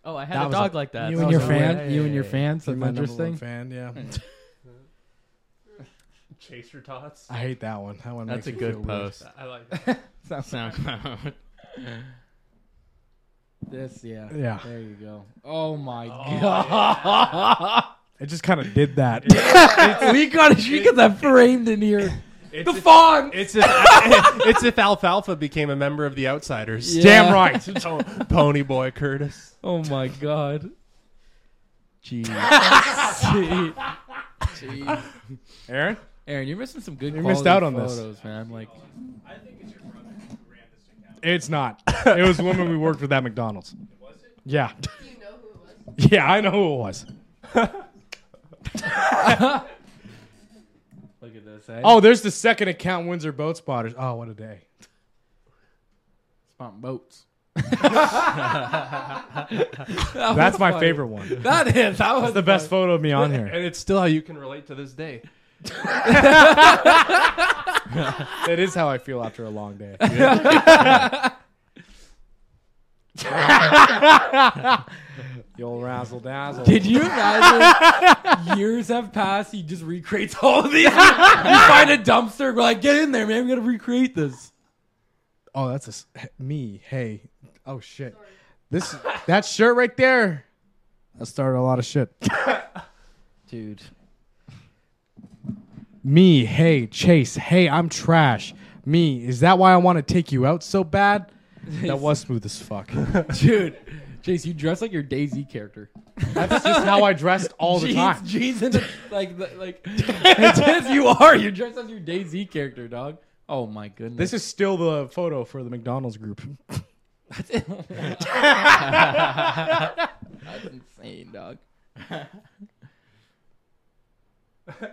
Oh, I had
That
a
was
dog
a-
like that.
you
so
and
I
your
was
fan,
like,
you and your
hey.
fan, something
My number one
interesting.
fan, yeah.
Hmm.
Chaser tots.
I hate that one. That one.
That's
makes me
a
feel
good
weird.
post.
I like that.
SoundCloud.
This, yeah.
Yeah.
There you go. Oh my god.
It just kind of did that.
we got to get that framed in here.
It's
The font.
It's if, it's if Alfalfa became a member of the Outsiders.
Damn
right. Pony Boy Curtis.
Oh my god. Jeez. Jeez.
Aaron,
Aaron, you're missing some good.
You missed
quality
out on this.
photos, man. Like,
it's not. It was a woman we worked with at McDonald's. Yeah,
Do you know who it was?
yeah, I know who it was.
look at this. Eh?
Oh, there's the second account, Windsor Boat Spotters. Oh, what a day.
Spot boats.
Oh,
That's my favorite one.
That is. That was
the best photo of me on here.
And it's still how you can relate to this day.
That is how I feel after a long day. You'll razzle dazzle.
Did you imagine? years have passed. He just recreates all of these. you find a dumpster. We're like, get in there, man. We gotta recreate this.
oh, that's a s- me. Hey. Oh shit. This that shirt right there. That started a lot of shit.
Dude.
Me. Hey Chase. Hey, I'm trash. Me. Is that why I want to take you out so bad? That was smooth as fuck.
Dude. Jace, you dress like your Daisy character.
That's just how I dressed all the
jeans,
time.
Jeans and a- like the- like. it's just you are. You're dressed as your Daisy character, dog. Oh my goodness.
This is still the photo for the McDonald's group.
That's insane, dog.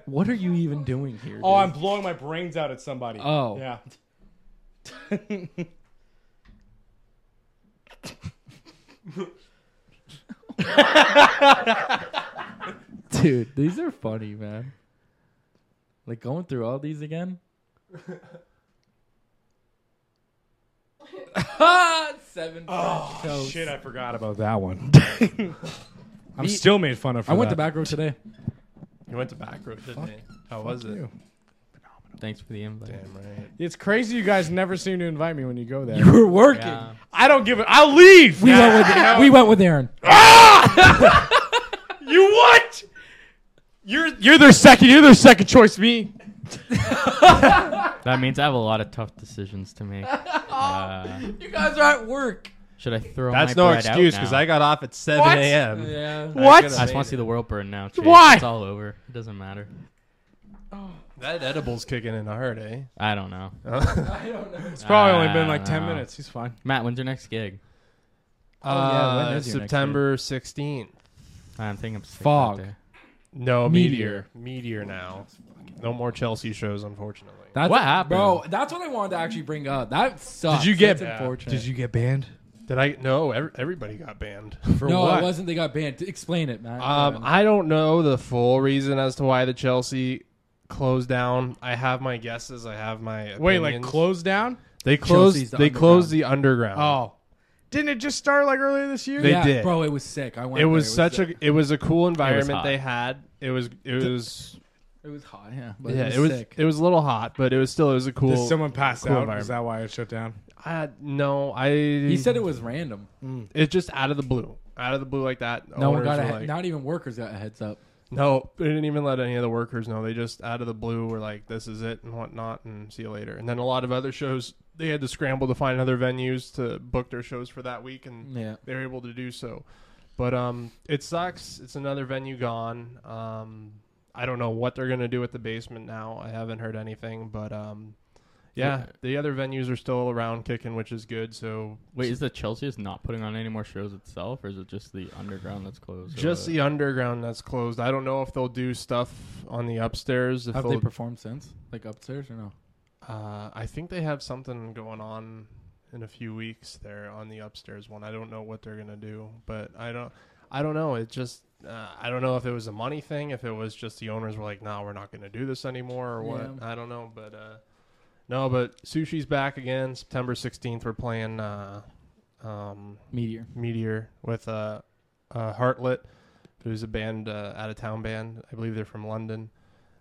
what are you even doing here?
Oh, I'm
dude?
blowing my brains out at somebody.
Oh.
Yeah.
dude. These are funny, man. Like going through all these again. Ah, Seven. French toasts.
Shit, I forgot about that one. I'm
Me-
still made fun of. For
I went
that.
to back row today.
You went to back road, didn't you? How was it?
you.
Thanks for the invite.
Damn right.
It's crazy you guys never seem to invite me when you go there.
You were working.
Yeah.
I don't give it. I'll leave.
We went with we went with Aaron.
you what? You're you're their second. You're their second choice. Me.
That means I have a lot of tough decisions to make. Uh,
You guys are at work.
should I throw
That's
my
no
bread out
excuse because
now?
I got off at 7
What?
a.m.
Yeah.
What?
I just want to see the world burn now. Chase.
Why?
It's all over. It doesn't matter.
That edible's kicking in hard, eh?
I don't know.
I don't know.
It's probably only been like
I
ten
don't know.
minutes. He's fine.
Matt, when's your next gig?
yeah, when
Uh,
is your next
September 16th.
I'm thinking I'm sick that
Fog.
day.
No,
Meteor.
Meteor. Meteor now. No more Chelsea shows, unfortunately.
That's
What happened?
bro? That's what I wanted to actually bring up. That sucks.
Did you get-
That's
Yeah.
unfortunate?
Did you get banned?
Did I? No, ev- everybody got banned.
For
No,
what?
it wasn't. They got banned. Explain it, man.
Um, I don't know the full reason as to why the Chelsea closed down. I have my guesses. I have my
Wait, like
opinions.
closed down?
They closed.
Chelsea's the
they closed the underground.
Oh, didn't it just start like earlier this year?
They
yeah,
did.
bro. It was sick. I went.
it
there.
was such a. It was a cool environment
hot.
they had. It was. It was.
a. It was hot. Yeah, but
yeah,
it was, sick.
It was a little hot, but it was still. It was a cool.
Did someone pass
cool
out? Is
environment.
that why it shut down?
I, no, I.
he said it was random.
It's just out of the blue, out of the blue like that.
No one
Owners
got a.
were
he-
like-
not even workers got a heads up.
No, they didn't even let any of the workers know. They just out of the blue were like, "This is it" and whatnot, and see you later. And then a lot of other shows, they had to scramble to find other venues to book their shows for that week, and
Yeah.
they were able to do so. But um, it sucks. It's another venue gone. Um, I don't know what they're gonna do with the basement now. I haven't heard anything, but um, yeah, the other venues are still around kicking, which is good. So
Wait, is the Chelsea is not putting on any more shows itself, or is it just the underground that's closed? or
just
what?
the underground that's closed. I don't know if they'll do stuff on the upstairs. If
Have
they'll
they performed since? Like upstairs or no?
Uh, I think they have something going on in a few weeks there on the upstairs one. I don't know what they're gonna do, but I don't, I don't know. It just, uh, I don't know if it was a money thing, if it was just the owners were like, "No, nah, we're not gonna do this anymore," or what. I don't know, but uh, no, but sushi's back again. September sixteenth, we're playing uh, um,
Meteor.
Meteor with uh, uh, Heartlet, who's a band, uh, out of town band. I believe they're from London.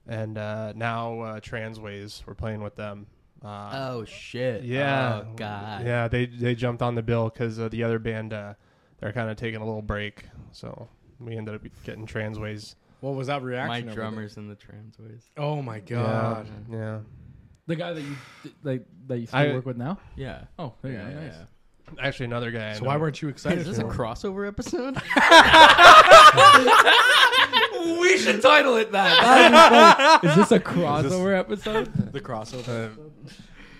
And uh, now uh, Transways, we're playing with them. Uh,
Oh shit!
yeah.
Oh god.
Yeah, they they jumped on the bill because uh, the other band, uh, they're kind of taking a little break. So we ended up getting Transways.
What was that reaction?
My
over there?
drummers in the transways.
Oh my god!
Yeah. yeah.
The guy that you like that you still
I-
work with now.
Yeah.
Oh, there you
Yeah,
go.
yeah,
Nice.
yeah.
Actually, another guy. I
So
know-
why weren't you
Hey,
excited?
is this a
for it?
crossover episode? we should title it that.
Is this a crossover episode? the crossover.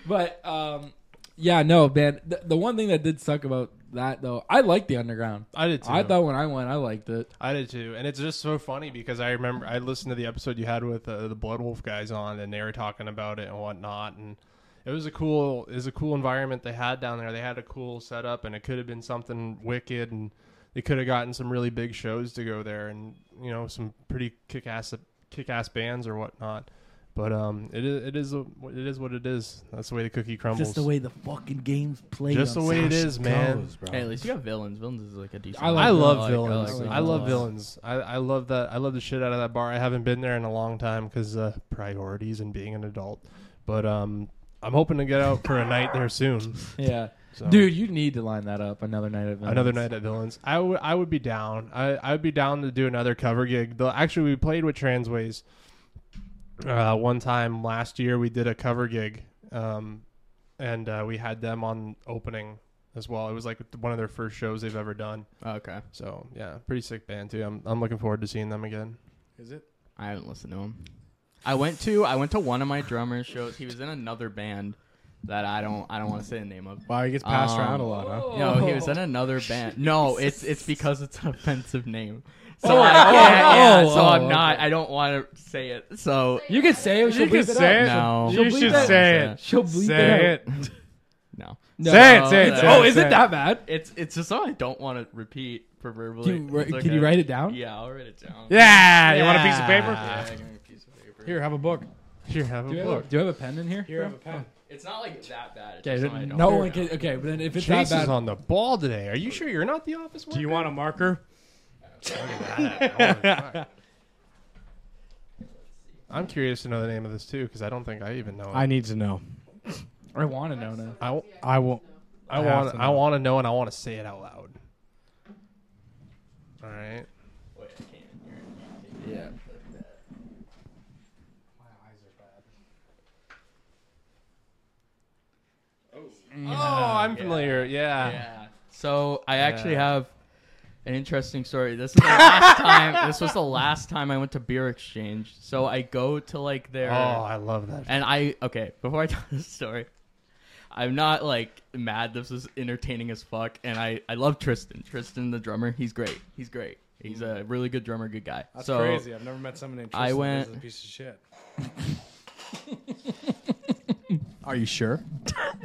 But um, yeah, no, man. The, the one thing that did suck about that though, I liked the underground.
I did too.
I thought when I went, I liked it.
I did too, and it's just so funny because I remember I listened to the episode you had with uh, the Blood Wolf guys on, and they were talking about it and whatnot, and it was a cool, it was a cool environment they had down there. They had a cool setup, and it could have been something wicked, and they could have gotten some really big shows to go there, and you know some pretty kick ass kick ass bands or whatnot. But um, it is it is a, it is what it is. That's the way the cookie crumbles.
the fucking game's played.
Just the way it is, man.
Goes, bro.
hey, at least you got villains. Villains is like a decent.
I like
I
one.
love
like-
villains.
like
I love
villains.
villains. I, I love that. I love the shit out of that bar. I haven't been there in a long time because uh, priorities and being an adult. But um, I'm hoping to get out for a night there soon.
Yeah,
So.
dude, you need to line that up another night of
Another night at Villains. I would I would be down. I I would be down to do another cover gig. The, actually, we played with Transways uh, one time last year. We did a cover gig, um, and uh, we had them on opening as well. It was like one of their first shows they've ever done.
Oh, Okay.
So yeah, pretty sick band too. I'm I'm looking forward to seeing them again.
Is it?
I haven't listened to him. I went to I went to one of my drummer's shows. He was in another band that I don't I don't want to say the name of.
Wow, he gets passed
Um,
around a lot, huh?
No, he was in
Oh.
another band. No, it's it's because it's an offensive name. So
Oh,
I can't.
oh,
yeah,
oh,
so I'm
oh,
not. I don't want to say it. So
You can say it. She'll
You can
bleep it out.
say it.
No.
You
She'll bleep
should
it out.
say
Yeah.
it.
She'll bleep
Say
it.
it.
no,
No.
Say it. Say it.
No,
say
Oh,
it,
is
say
it that bad?
it's it's just something I don't want to repeat proverbially.
Can you, wri-
It's
can you
okay.
write it down?
Yeah, I'll write it down.
Yeah. You want a piece of paper?
Yeah, give me a piece of paper.
Here, have a book.
Here, have
Do you,
a
have,
look.
do you have a pen in here?
Here,
bro?
have a pen.
It's not like that bad. It's
Okay,
just
then
something I don't
no
write
one
down.
can. Okay, but then if it's
Chase
that
is
bad,
on the ball today. Are you sure you're not the office worker?
Do you want a marker?
I'm curious to know the name of this too because I don't think I even know. It.
I need to know.
I want to know now.
I
I won't.
I
I have
want
to
I
know.
want to know and I want to say it out loud. All right.
Wait, I can't. You're-
Yeah.
oh, I'm familiar. Yeah.
Yeah. So I actually
Yeah.
have an interesting story. This is the last time. This was the last time I went to beer exchange. So I go to like their
Oh, I love that.
and I okay. Before I tell this story, I'm not like mad. This is entertaining as fuck, and I I love Tristan. Tristan, the drummer, he's great. He's great. He's a really good drummer, good guy.
That's
so
crazy. I've never met someone named Tristan
I
I went,
went-
a piece of shit.
Are you sure?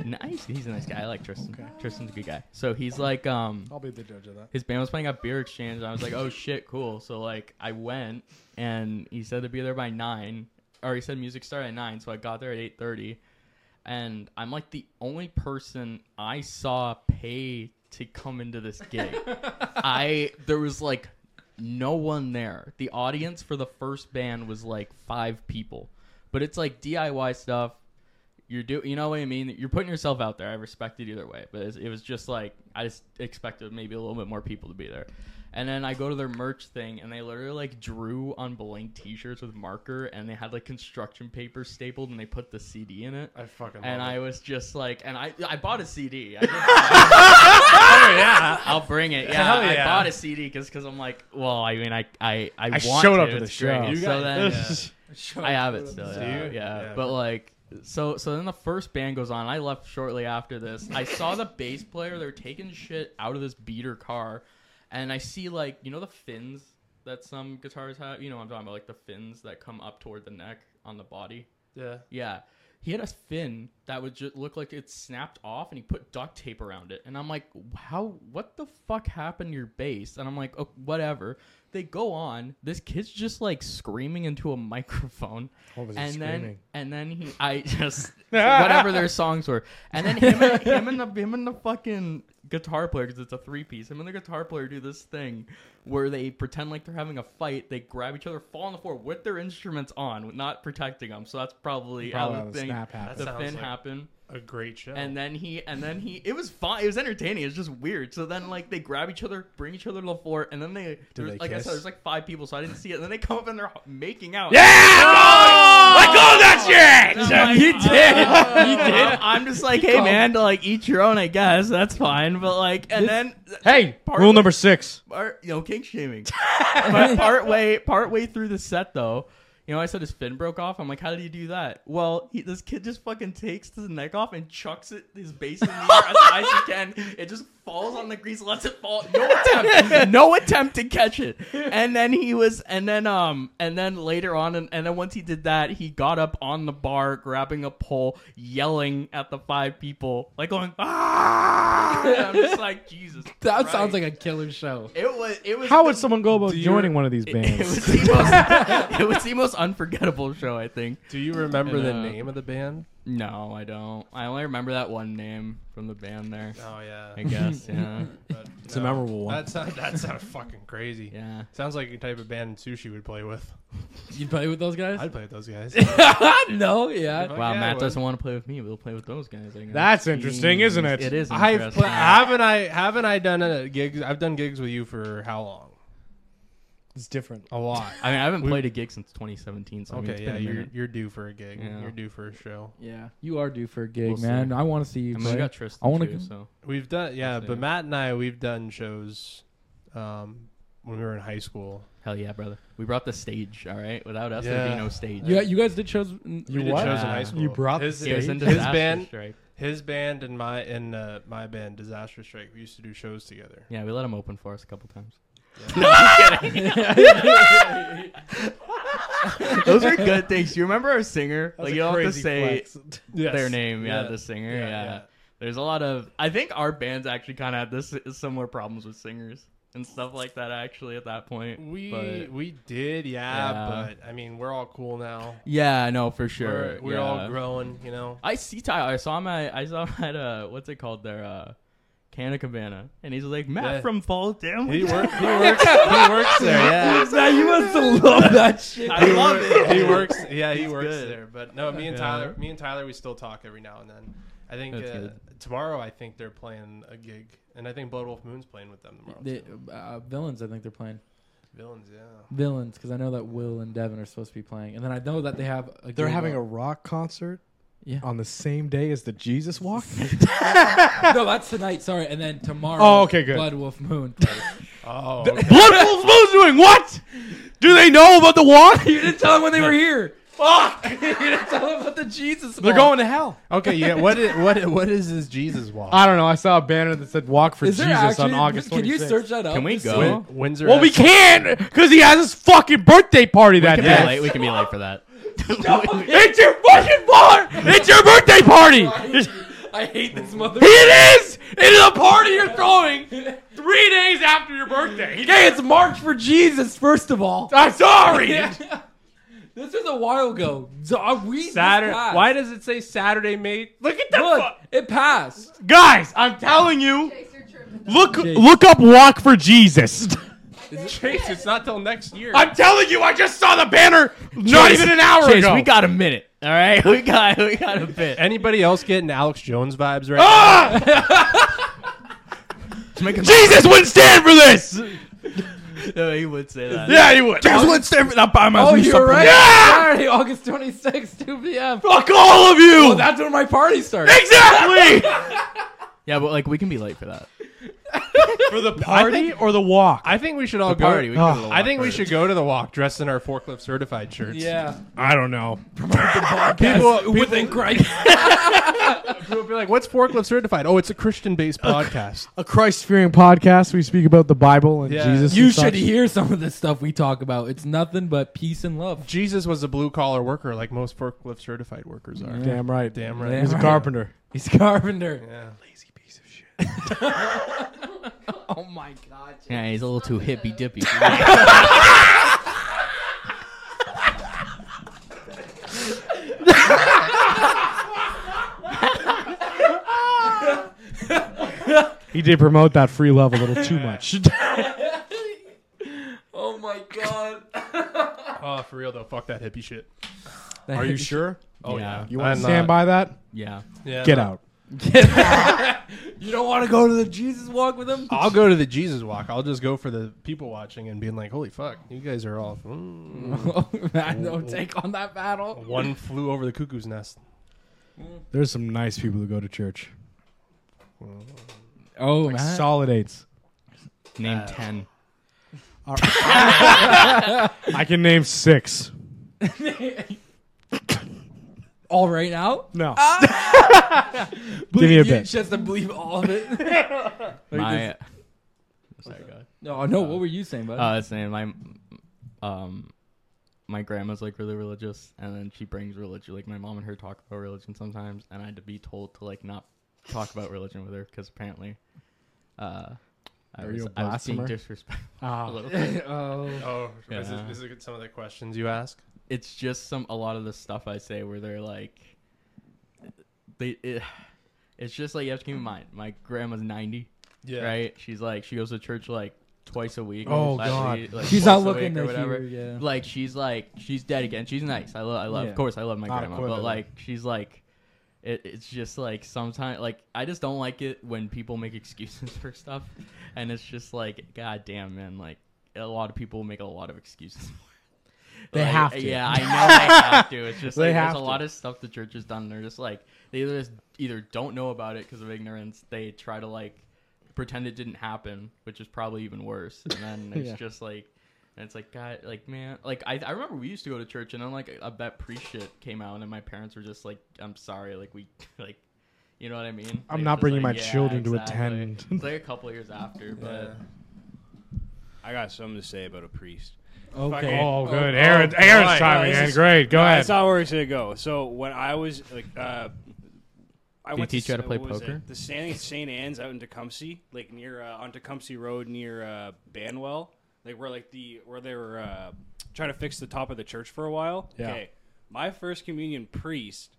nice. He's a nice guy. I like Tristan. Tristan's a good guy. So he's like, um,
I'll be the judge of that.
his band was playing at Beer Exchange, and I was like, oh shit, cool. So like, I went, and he said to be there by nine, or he said music started at nine, so I got there at eight thirty, and I'm like the only person I saw pay to come into this gig. I there was like no one there. The audience for the first band was like five people, but it's like DIY stuff. You're do you know what I mean? You're putting yourself out there. I respect it either way, but it's- it was just like I just expected maybe a little bit more people to be there. And then I go to their merch thing, and they literally like drew on blank T-shirts with marker, and they had like construction paper stapled, and they put the CD in it.
I fucking
and
love
I
it.
was just like, and I I bought a CD. I did-
yeah.
I'll bring it. Yeah,
Hell
I
yeah.
bought a CD because I'm like, well, I mean, I I I,
I
want
showed
to.
up to the
it's
show.
great.
You
so then
Sure.
I have it still. Yeah,
you?
yeah.
Yeah.
but like, so so then the first band goes on. I left shortly after this. I saw the bass player. They're taking shit out of this beater car, and I see like you know the fins that some guitars have. You know what I'm talking about, like the fins that come up toward the neck on the body.
Yeah.
Yeah. He had a fin that would just look like it snapped off and he put duct tape around it. And I'm like, how, what the fuck happened to your bass? And I'm like, oh, whatever. They go on. This kid's just like screaming into a microphone.
What was he
and then,
screaming?
and then he, I just, whatever their songs were. And then him and, him and the, him and the fucking guitar player, because it's a three piece, him and the guitar player do this thing where they pretend like they're having a fight. They grab each other, fall on the floor with their instruments on, not protecting them. So that's probably,
Probably
how
how
the
the
thing,
snap happened.
the
That sounds
fin
like-
happened.
A great show.
And then he, and then he, it was fun. It was entertaining. It was just weird. So then, like, they grab each other, bring each other to the floor, and then they, there's,
they
like I
kiss?
said, there's like five people, so I didn't see it. And then they come up and they're making out.
Oh
Let go of that shit!
you did. you did. I'm just like, hey, man, to like eat your own, I guess. That's fine. But like, and then
Hey,
Part
rule
of-
number six.
part, you know, kink shaming. but part way, part way through the set though, you know, I said his fin broke off. I'm like, how did he do that? Well, he, this kid just fucking takes his neck off and chucks it his base in the air as high as he can. It just falls on the grease, lets it fall. No attempt, no attempt to catch it. And then he was, and then um, and then later on, and, and then once he did that, he got up on the bar, grabbing a pole, yelling at the five people, like going ah. And I'm just like Jesus.
That
Christ.
sounds like a killer show.
It was. It was.
How
the-
would someone go about
Do you-
joining one of these
It was,
bands?
the most, it was the most unforgettable show, I think.
Do you remember
And,
the
uh,
name of the band?
No, I don't. I only remember that one name from the band there.
Oh yeah.
I guess. Yeah.
But,
It's a memorable one.
That sounds that sounds fucking crazy.
Yeah.
Sounds like a type of band Sushi would play with.
You play with those guys?
I'd play with those guys.
no, yeah.
Fuck
Wow,
Oh, yeah, I
Matt
would.
doesn't want to play with me. We'll play with those guys. I guess.
That's interesting, isn't it?
It is.
I've
interesting.
pla- haven't I haven't I done a gigs? I've done gigs with you for how long?
It's different.
A lot.
I mean, I haven't played a gig since 2017. So I mean,
Okay,
it's
yeah,
been a
you're
minute.
you're due for a gig.
Yeah.
You're due for a show.
Yeah, you are due for a gig,
We'll see.
man. I want to see you
I mean,
play.
we got Tristan
I wanna
too.
go-
So
We've done yeah,
That's
but
it.
Matt and I we've done shows um, when we were in high school.
hell yeah, brother. We brought the stage. All right. Without us, there'd
Yeah.
be no stage.
yeah, you guys did shows. in-
You
we
what?
did shows in
Yeah.
high school.
You brought the
his,
It was in
Stage?
his
disaster
band,
strike.
his band, and my and uh, my band, Disaster Strike. We used to do shows together.
Yeah, we let him open for us a couple times. Those are good things. You remember our singer?
That's
like
a
you don't have to
crazy
say
flex.
their name. Yeah,
Yeah.
the singer.
Yeah,
Yeah,
yeah.
There's a lot of. I think our bands actually kind of had this similar problems with singers and stuff like that. Actually, at that point,
We
But-
we did, yeah,
Yeah.
but I mean we're all cool now.
yeah, no, for sure.
We're, we're all growing, you know.
I see Tyler. I saw him. At, I saw him at uh, what's it called? Their uh, Canna Cabana, and he's like Matt
Yeah.
from Fall Down.
He works he works he works there, yeah.
you must have loved that shit.
I love it.
He works yeah, he
He's
works
good.
there. But no, me and
Yeah.
Tyler me and Tyler we still talk every now and then. I think
That's
uh,
good.
tomorrow I think they're playing a gig. And I think Blood Wolf Moon's playing with them tomorrow.
The,
too.
uh, villains, I think they're playing
Villains, yeah.
villains because I know that Will and Devin are supposed to be playing, and then I know that they have. A
They're
gig
having a
on-
rock concert
Yeah.
on the same day as the Jesus Walk.
no, that's tonight. Sorry, and then tomorrow.
Oh, okay, good.
Blood Wolf Moon. plays.
Oh
Blood Wolf Moon's doing what? Do they know about the walk?
you didn't tell them when they were here. Tell him about the Jesus.
They're
walk.
going to hell.
Okay, yeah. What is, what what is this Jesus walk?
I don't know. I saw a banner that said "Walk for
Is there
Jesus" on
actually-
August 26th.
Can you search that up?
Can we
This-
go?
Win- Windsor.
Well, we
has-
can because he has his fucking birthday party that
We can, be
day.
late. we can be late for that.
It's your fucking bar. It's your birthday party. It's-
I hate this mother.
It is. It is a party you're throwing three days after your birthday.
Hey, it's March for Jesus. First of all,
I'm sorry.
this was a while ago. So, uh, we
Saturday.
This passed.
Why does it say Saturday, mate? Look at that.
Look, it passed.
Guys, I'm telling you.
Chaser trip.
Look, look up "Walk for Jesus."
Chase, it's not till next year.
I'm telling you, I just saw the banner not even an hour
Chase,
ago.
we got a minute. All right, we got we got a bit.
Anybody else getting Alex Jones vibes right
Oh!
Ah! Jesus wouldn't stand for this.
No, he would say that.
Yeah, he would. Jesus wouldn't stand for that by myself.
Oh, you're right.
Yeah!
Saturday, August 26th, 2 p.m.
Fuck all of you.
Oh, that's when my party starts.
exactly.
Yeah, but like we can be late for that.
for the party or the walk?
I think we should all
The party.
go.
We can
Oh.
go to the
I think we should go to the walk dressed in our forklift certified shirts.
Yeah.
I don't know.
People, people,
Within Christ.
people be like, "What's forklift certified?" Oh, it's a Christian-based podcast.
A Christ fearing podcast. We speak about the Bible and
Yeah.
Jesus.
you
and such.
should hear some of the stuff we talk about. It's nothing but peace and love.
Jesus was a blue-collar worker, like most forklift certified workers are.
Damn right.
Damn right.
He's a
Damn right.
carpenter.
He's a carpenter.
Yeah.
Oh my god.
Yeah, he's a little too hippy dippy.
He did promote that free love a little too much.
Oh my god.
Oh, for real though, fuck that hippie shit.
Are you sure?
oh yeah.
You want
I'm
to stand
not.
by that?
Yeah.
Yeah,
Get
no.
out.
You don't want to go to the Jesus walk with him?
I'll go to the Jesus walk. I'll just go for the people watching and being like, "Holy fuck, you guys are all mm,
I don't take on that battle.
one flew over the cuckoo's nest."
There's some nice people who go to church.
Oh man.
Solid eights.
Name ten.
I can name six.
all right now?
No.
Believe-
me a
you-
bit.
She has to believe all of it. Or you
My,
just-
sorry, go ahead.
no, no. What were you saying, bud?
Uh, that's the name. My, um, my grandma's like really religious, and then she brings religion. Like my mom and her talk about religion sometimes, and I had to be told to like not talk about religion with her because apparently, uh, I
Are
was,
you a
I was being
blasphemer? Ah.
disrespectful. a little bit.
oh.
Oh,
is it- is
it some of the questions you ask?
It's just some a lot of the stuff I say where they're like, they. It, it's just like you have to keep in mind. My grandma's ninety,
Yeah.
right? She's like she goes to church like twice a week.
Oh,
like,
God.
she- like,
She's
twice
not
a
looking
week
to
or whatever.
hear, yeah.
Like she's like she's dead again. She's nice. I love. I love.
Yeah.
Of course, I love my
Not
grandma. But
equivalent.
like she's like, it, it's just like sometimes like I just don't like it when people make excuses for stuff, and it's just like God damn man, like a lot of people make a lot of excuses.
They
Like,
have to.
Yeah, I know they have to. It's just
They
like
have
there's
to.
a lot of stuff the church has done. And they're just like they either just either don't know about it because of ignorance. They try to like pretend it didn't happen, which is probably even worse. And then it's
Yeah.
just like, and it's like, God, like man, like I, I remember we used to go to church, and then like a that pre shit came out, and then my parents were just like, I'm sorry, like we, like, you know what I mean?
I'm
Like,
not
just
bringing
like,
my
yeah,
children to
exactly.
attend.
It's like a couple years after, but
I got something to say about a priest.
Okay.
Oh, good.
Oh,
Aaron,
oh,
Aaron's
right.
timing
No,
in.
this is-
Great. Go
no,
ahead.
That's not where it's gonna go. So when I was like, uh, I
Did he
went
teach you how to play
what was it?
poker?
The standing at St. Anne's out in Tecumseh, like near uh, on Tecumseh Road near uh, Banwell, like where like the where they were uh, trying to fix the top of the church for a while.
Yeah.
Okay, my first communion priest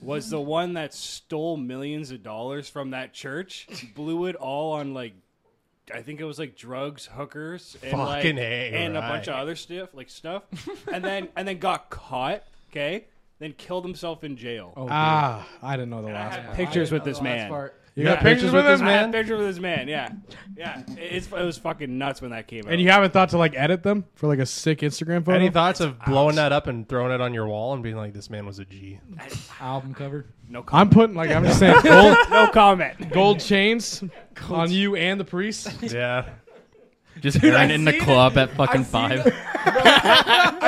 was the one that stole millions of dollars from that church, blew it all on like I think it was like drugs, hookers, and like,
Fucking A,
and a bunch of
right.
other stuff like stuff, and then and then got caught. Okay, then killed himself in jail.
Oh,
ah, I didn't know the
I
last
had
one.
pictures with
the
this
last
man.
part.
You
Yeah.
got pictures with
I
this
had
man?
pictures with this man. Yeah, yeah. It- It's it was fucking nuts when that came out.
And you haven't thought to like edit them for like a sick Instagram photo?
Any thoughts of blowing that up and throwing it on your wall and being like, "This man was a G."
Album cover.
no
I'm
comment.
putting like I'm just saying gold,
no comment.
gold chains on you and the priest.
yeah.
Just
Dude, I
burn in the
seen it.
club at fucking
I've seen
five.
a-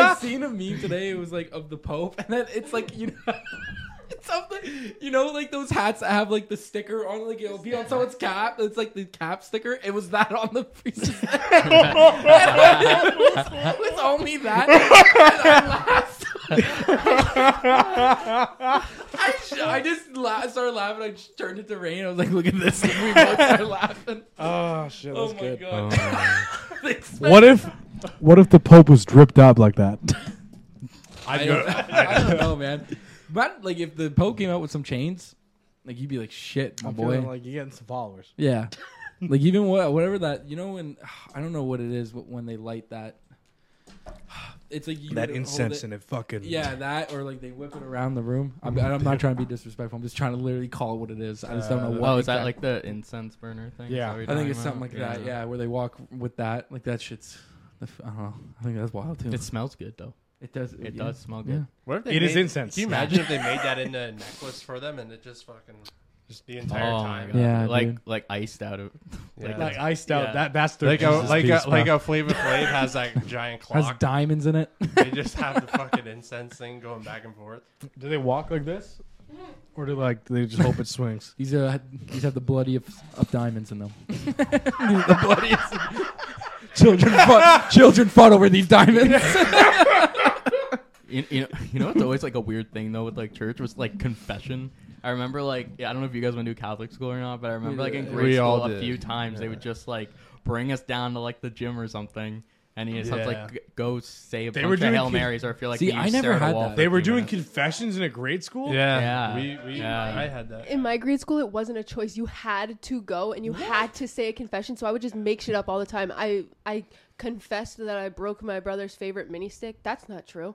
No, I've seen a meme today. It was like of the Pope, and then it's like you know, it's something you know, like those hats that have like the sticker on, like it'll be on someone's cap. It's like the cap sticker. It was that on the priest's. head. And it, was, it was only that. And I laughed. I, sh- I just la- started laughing. I just turned it to rain. I was like, "Look at this!" And we both started laughing.
Oh shit,
Oh
that's
my
good.
god! They expect-
What if, what if the Pope was dripped up like that?
I don't, I don't know, man. But like, if the Pope came out with some chains, like you'd be like, "Shit, my boy."
like you're getting some followers.
yeah, like even what, whatever that you know when I don't know what it is wh- when they light that. It's like you would
That
hold
incense
it-
and Mm. it fucking
Yeah, that or like they whip it around the room. I'm, I'm not trying to be disrespectful. I'm just trying to literally call it what it is. I just don't know
Uh,
what.
Oh, is that
exact-
like the incense burner thing? Is
Yeah.
that what you're
I think
talking
it's something like
about?
that. Yeah, where they walk with that. Like that shit's. the f- I don't know. I think that's wild too.
It smells good though.
it does.
It
yeah.
does smell
Yeah.
good.
What if they
It is
made-
incense.
Can you imagine if they made that into a necklace for them and it just fucking just the entire
Oh my
time?
god.
Yeah,
like
dude.
like iced out of like,
Yeah.
Like iced out.
Yeah.
That that's their
Like a,
Jesus
like
piece,
a, like
bro.
a Flavor Flav has that giant
Has
clock.
diamonds in it.
They just have the fucking incense thing going back and forth.
Do they walk like this, or do like do they just hope it swings?
These are these have the bloody of, of diamonds in them. the bloodiest. children fought. Children fought over these diamonds.
You, you know, you know what's always like a weird thing though with like church was like confession. I remember like yeah, I don't know if you guys went to Catholic school or not, but I remember like in
did.
grade
We all
school a
did.
few times they would just like bring us down to like the gym or something, and you just have to
Yeah.
like g- go say a
They were
bunch of
doing
hail
con-
marys or if you're like
See,
you
I never
stare at a
had
wall
that.
for
They
a
were
few
doing
minutes.
confessions in a grade school.
Yeah.
We, we,
Yeah.
I had that.
In my grade school, it wasn't a choice. You had to go and you had to say a confession. So I would just make shit up all the time. I I confessed that I broke my brother's favorite mini stick. That's not true.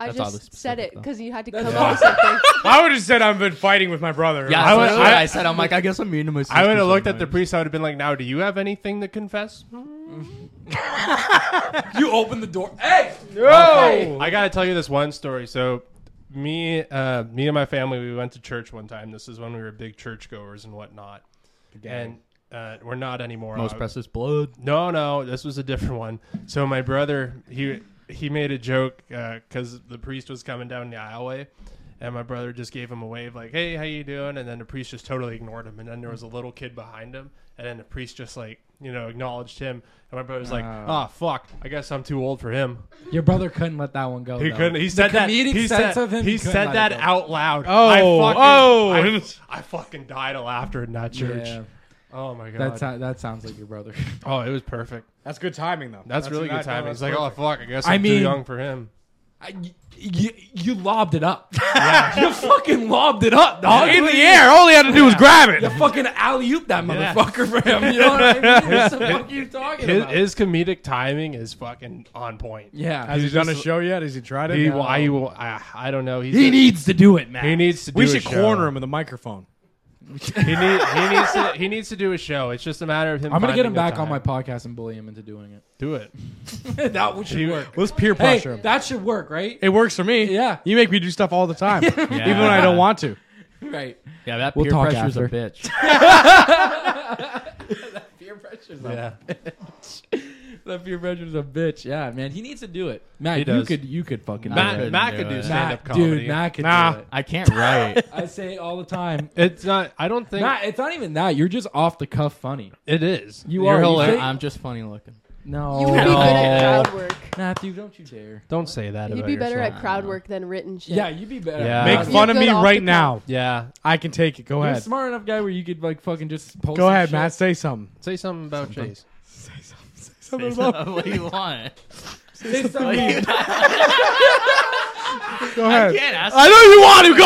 I
That's oddly
just
specific,
said it
though.
because you had to come up with something.
I would have said I've been fighting with my brother.
yeah,
I
I,
would.
I,
I,
said I'm like I guess I'm mean to myself.
I would have looked at the priest. I would have been like, "Now, do you have anything to confess?"
you open the door. Hey,
No. Oh, I gotta tell you this one story. So, me, uh, me and my family, we went to church one time. This is when we were big churchgoers and whatnot. And uh, we're not anymore.
most
Uh,
precious blood.
No, no, this was a different one. So my brother, he he made a joke because the priest was coming down the aisleway, and my brother just gave him a wave like, "Hey, how you doing?" And then the priest just totally ignored him. And then there was a little kid behind him, and then the priest just like you know acknowledged him. And my brother's like, "Ah, fuck, I guess I'm too old for him."
your brother couldn't let that one go.
He
though.
couldn't. He said that.
comedic
He
sense
said,
of him,
he
he couldn't
said
let
that
it go.
out loud.
Oh,
I
oh.
fucking, I, I fucking died of laughter in that church.
Yeah,
Oh my god.
that sou- that sounds like your brother.
oh, it was perfect.
that's good timing though.
That's, really good
not- no,
timing.
that's
He's like,
perfect.
oh fuck, I guess I'm
I
too
mean-
young for him.
I, y- y- you lobbed it up. you fucking lobbed it up, dog.
in the air. All he had to do was grab it.
You fucking alley oop that
Yeah.
motherfucker for him. You know what I mean? What the fuck are you talking
His,
about?
his comedic timing is fucking on point.
yeah.
Has he done a
just-
show yet? Has he tried it?
He, will- I, will, I, I don't know. He's
He needs to do it, man.
he needs to. Do
we
a
should
show.
corner him with a microphone.
He, need, he needs to. He needs to do a show. It's just a matter of him.
I'm gonna get
finding
him
the
back on
time.
my podcast and bully him into doing it.
Do it.
that would should work.
Let's peer
Hey,
pressure him.
that should work, right?
It works for me.
Yeah.
You make me do stuff all the time, even when I don't want to.
right.
Yeah, that
We'll
peer
talk
pressure's
after.
a bitch.
Peer pressure's a
Yeah.
that peer pressure's a bitch. Yeah, man, he needs to do it. Matt,
He
you
does.
could you could fucking
Nah,
do
Matt,
couldn't
Matt
do
could do
it.
it.
stand-up
Matt,
comedy.
dude, Matt could
Nah.
do it.
I can't write.
I say it all the time.
It's not. I don't think
Matt, it's not even that. You're just off the cuff funny.
it is.
You
You're
are- you
hilarious.
think-
I'm just funny looking.
No,
You would
Oh,
be good at crowd work.
Matthew, don't you dare.
Don't say that.
You'd
about
be better
yourself.
at crowd work than written shit.
Yeah, you'd be better.
Yeah.
Make
Uh,
You're
fun of
good
me
off
right
the
now.
Yeah.
I can take it. Go
You're a
ahead.
smart enough guy where you could like fucking just post.
Go
some
ahead,
shit.
Matt. Say something.
Say something about Chase.
Say something. Say something about.
what do you want?
Say something.
Go ahead.
Can't ask
I know you want to. Go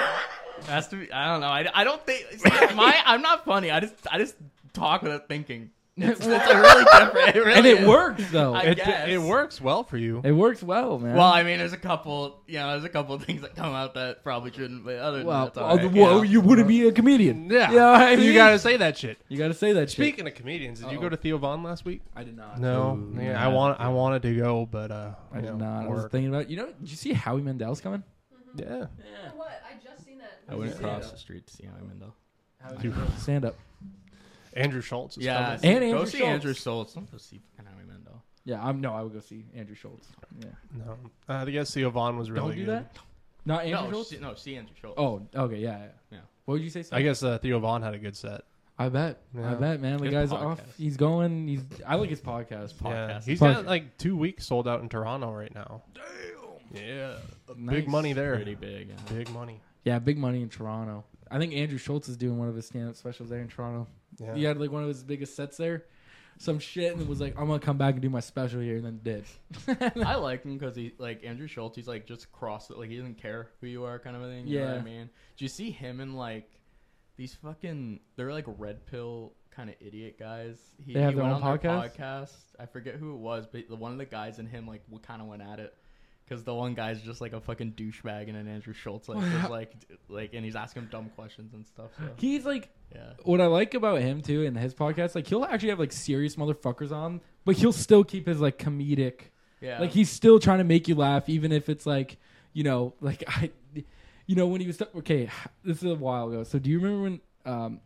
ahead.
Has to be. I don't know. I, I don't think see, my. I'm not funny. I just I just talk without thinking. It's, it's like really different. It really
and it
is.
works though.
I
It,
guess.
it works well for you.
it works well, man.
Well, I mean, there's a couple. You know, there's a couple things that come out that probably shouldn't. But other than
Well,
that, it's all right,
well,
you know?
well, you wouldn't be a comedian.
Yeah.
You, know what I mean?
You gotta say that shit.
You gotta say that shit.
Speaking of comedians, did you go to Theo Vaughn last week?
I did not.
No, yeah, I want I wanted to go, but uh,
I
you
did
know,
not. I was
work.
thinking about. You know, did you see Howie Mandel's coming?
Yeah,
You know What? I just seen that.
I wouldn't
Yeah.
cross the street to see him in though.
Stand up.
Andrew Schultz. Is
Yeah,
coming.
And
go
Andrew
see
Schultz.
Andrew Schultz. Don't go see fucking Howie Mandel.
Yeah, I'm no, I would go see Andrew Schultz. Yeah.
No, uh, the guy Theo Vaughn was really
Don't do
good.
that. Not Andrew
no,
Schultz.
see, no, see Andrew Schultz.
Oh, okay, yeah, yeah.
Yeah.
What would you say? Sam?
I guess uh, Theo Vaughn had a good set.
I bet. I
Yeah.
bet, man. The
Good
guy's
podcast.
off. He's going. He's. I like his podcast.
Yeah,
Podcast.
he's
Podcast.
got like two weeks sold out in Toronto right now. Damn. Yeah, big
Nice.
money there.
pretty big. Yeah.
Big money.
Yeah, big money in Toronto. I think Andrew Schultz is doing one of his stand-up specials there in Toronto.
Yeah.
He had like one of his biggest sets there, some shit, and was like, "I'm gonna come back and do my special here," and then did.
I like him because he like Andrew Schultz. He's like just cross it, like he doesn't care who you are, kind of a thing. You know what
Yeah.
I mean, do you see him in like these fucking? They're like red pill kind of idiot guys. He,
They have
he
their
went
own
on
podcast?
podcast. I forget who it was, but the one of the guys and him like we kind of went at it. Because the one guy's just like a fucking douchebag, and then Andrew Schultz like is like, d- like, and he's asking him dumb questions and stuff. So,
He's like,
yeah,
what I like about him too in his podcast, like he'll actually have like serious motherfuckers on, but he'll still keep his like comedic
yeah.
Like he's still trying to make you laugh, even if it's like, you know, like I, you know, when he was okay, this is a while ago. So do you remember when um,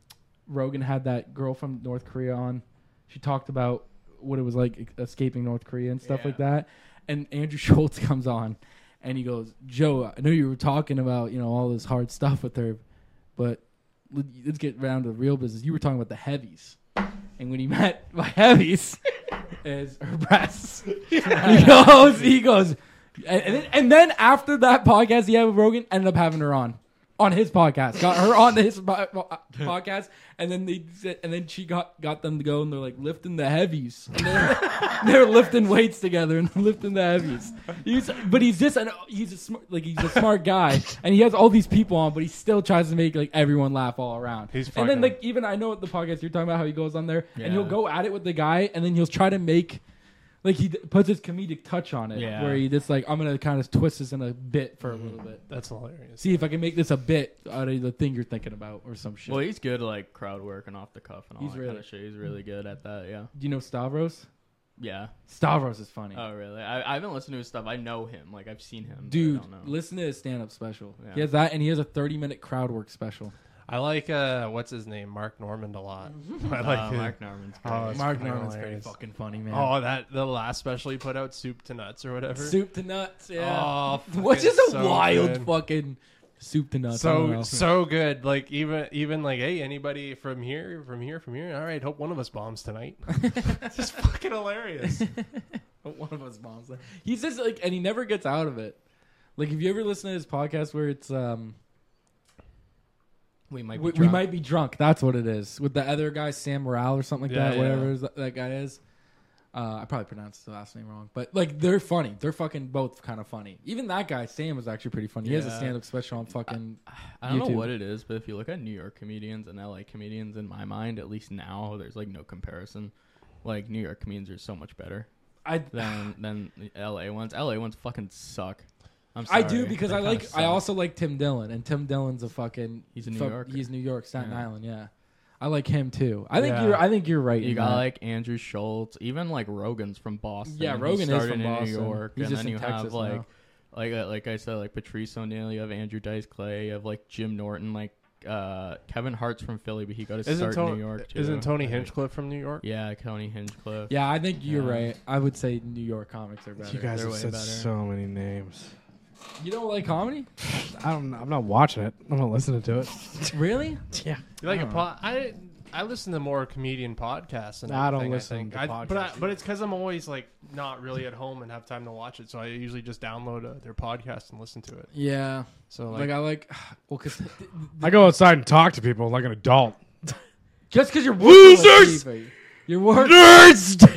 Rogan had that girl from North Korea on? She talked about what it was like e-, escaping North Korea and stuff
Yeah.
like that. And Andrew Schultz comes on, and he goes, "Joe, I know you were talking about you know all this hard stuff with her, but let- let's get down to the real business. You were talking about the heavies." And when he met my heavies, is her breasts. he goes, he goes, and, and then, and then after that podcast he had with Rogan, ended up having her on, on his podcast, got her on his po- po- podcast, and then they said- and then she got got them to go, and they're like lifting the heavies, And they're, they're lifting weights together and lifting the heavies. He's, but he's just an he's a smart like he's a smart guy, and he has all these people on, but he still tries to make like everyone laugh all around.
He's
and then
fucking-
like even I know what the podcast you're talking about how he goes on there and he'll
Yeah.
go at it with the guy and then he'll try to make like he d- puts his comedic touch on it
Yeah. Mm-hmm.
where he just like I'm gonna kind of twist this in a bit for a little bit.
That's hilarious.
See if I can make this a bit out of the thing you're thinking about or some shit.
well, he's good at, like crowd work and off the cuff and all
He's
that kind
really- Mm.
of shit. He's really good at that. Yeah,
Do you know Stavros?
yeah.
Stavros is funny,
Oh really? I, I haven't listened to his stuff. I know him. Like I've seen him. but I
dude.
don't know.
Listen to his stand-up special.
Yeah.
He has that and he has a 30 minute crowd work special.
I like uh, what's his name, Mark Normand a lot. I like him.
Uh, Mark Norman's great.
Oh, it's
Mark
fucking
Norman's pretty
hilarious.
fucking funny man.
Oh, that the last special he put out, Soup to Nuts or whatever.
soup to nuts, yeah.
Oh, fuck,
Which is
it's
a
so
wild
good.
fucking soup to nuts. I don't know.
So so good. Like even even like hey, anybody from here, from here, from here. All right, hope one of us bombs tonight. it's just fucking hilarious.
One of us bombs. there. He's just like, and he never gets out of it. Like, have you ever listened to his podcast where it's um,
We might. Be
we, we
drunk.
might be drunk. That's what it is with the other guy, Sam Morale or something like
Yeah,
that.
yeah.
Whatever is- that guy is. Uh, I probably pronounced the last name wrong, but like they're funny. They're fucking both kind of funny. Even that guy Sam is actually pretty funny. He has a
Yeah.
stand-up special on fucking.
I don't
YouTube.
know what it is, but if you look at New York comedians and LA comedians, in my mind, at least now, there's like no comparison. Like New York comedians are so much better
I
than than the LA ones. LA ones fucking suck. I'm
I
sorry.
do because
They
I
kinda
like. I
suck.
also like Tim Dillon, and Tim Dillon's a fucking.
He's a New
fuck-
Yorker.
He's New York, Staten
Yeah.
Island. Yeah, I like him too. I think
Yeah.
you're. I think you're right.
You
in
got
that.
like Andrew Schultz, even like Rogan's from Boston.
Yeah,
He
Rogan is
started
from
in
Boston.
New York,
He's
and
just in
then you
Texas
have like,
now.
like uh, like I said, like Patrice O'Neill. You have Andrew Dice Clay. You have like Jim Norton. Like uh, Kevin Hart's from Philly, but he got his
isn't
start
Tony
in New York. Too.
Isn't Tony
Like,
Hinchcliffe from New York?
Yeah, Tony Hinchcliffe.
Yeah, I think you're
Yeah.
right. I would say New York comics are better.
You
You,
guys
They're
have
way
said
better.
so many names.
don't like comedy?
I don't. I'm not watching it. I'm not listening to it.
really?
Yeah.
You like a pod? I I listen to more comedian podcasts and
Nah, I don't
everything,
listen
think.
to
I- but I,
podcasts
but it's because I'm always like not really at home and have time to watch it, so I usually just download uh, their podcast and listen to it.
Yeah.
So
Like,
like,
I like well, cause
I go outside and talk to people like an adult.
just cause you're working
Losers!
with people, you're working,
Nerds!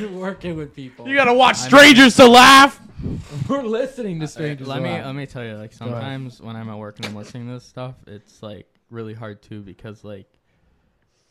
you're working with people.
You gotta watch strangers to laugh.
We're listening to strangers.
Uh, Let me
Laugh.
let me tell you, like sometimes when I'm at work and I'm listening to this stuff, it's like really hard too because like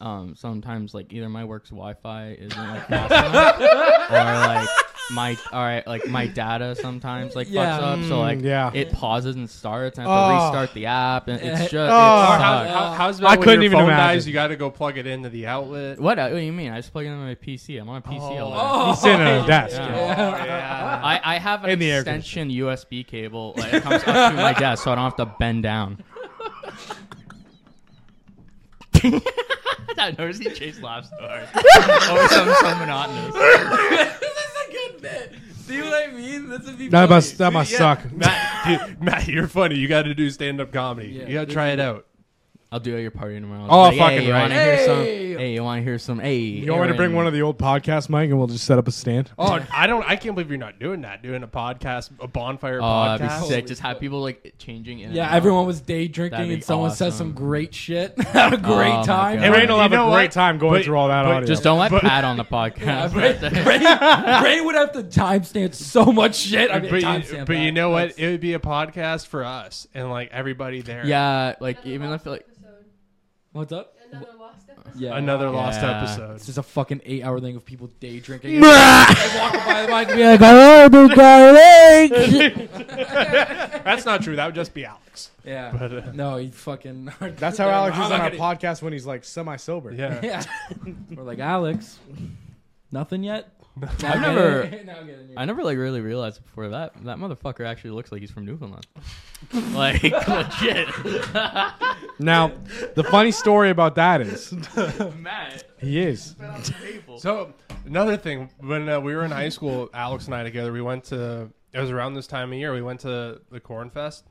um sometimes like either my work's Wi-Fi isn't like fast enough, or like my all right like my data sometimes like
Yeah.
fucks up, so like
Mm, yeah.
it pauses and starts. And I have
Oh.
to restart the app, and it's
Eh,
just
oh.
it
how,
sucks.
how, how's
I
about when
couldn't
your
even
phone
imagine.
dies? You got to go plug it into the outlet.
What, what do you mean? I just plug it into my PC. I'm on a PC all the time.
Oh,
He's sitting at a desk.
Yeah.
Yeah.
I, I have an
In the air
extension USB cable. Like, it comes up to my desk, so I don't have to bend down. I've never seen Chase laugh so hard. Always something so monotonous.
this is a good bit. See what I mean? This would be
That
funny.
must that must
Yeah,
suck.
Matt, dude, Matt, you're funny. You got to do stand up comedy.
Yeah.
you got to try it out.
I'll do it at your party tomorrow.
Oh,
Like,
fucking
hey, you
right.
Wanna hear some,
Hey.
hey, you want to hear some? Hey,
You want me to bring one of the old podcast mic and we'll just set up a stand?
Oh, I don't. I can't believe you're not doing that. Doing a podcast, a bonfire
Oh,
podcast.
that'd be sick.
Holy
Just have
fuck.
people like changing. In
Yeah,
and out.
everyone was day
That'd
drinking,
be
and someone said
awesome.
some great shit. Had a great
Oh my
time.
God.
And Rain will
You
have a
know
great
what?
time going
But-
through all that
but
audio.
Just don't let
But-
Pat on the
Yeah,
podcast.
Ray, Ray, Ray would have to timestamp so much shit. I mean,
but you,
timestamp
but you
that.
know what?
That's-
It would be a podcast for us and like everybody there.
yeah, like
Another
even
lost
if like
episode.
What's up?
Another lost episode.
Yeah,
another lost
Yeah.
episode.
It's just a fucking eight-hour thing of people day drinking. they walk by the mic and be like, "Hello, big guy."
That's not true. That would just be Alex.
Yeah.
But, uh,
no, he fucking.
That's how Alex is
I'm
on our
not gonna-
podcast when he's like semi sober.
Yeah.
Yeah. We're like Alex. Nothing yet.
I've never-
now I'm getting
I never like really realized before that that motherfucker actually looks like he's from Newfoundland. like legit,
Now, the funny story about that is
Matt.
he is.
So another thing, when uh, we were in high school, Alex and I together, we went to. It was around this time of year. We went to the Corn Fest,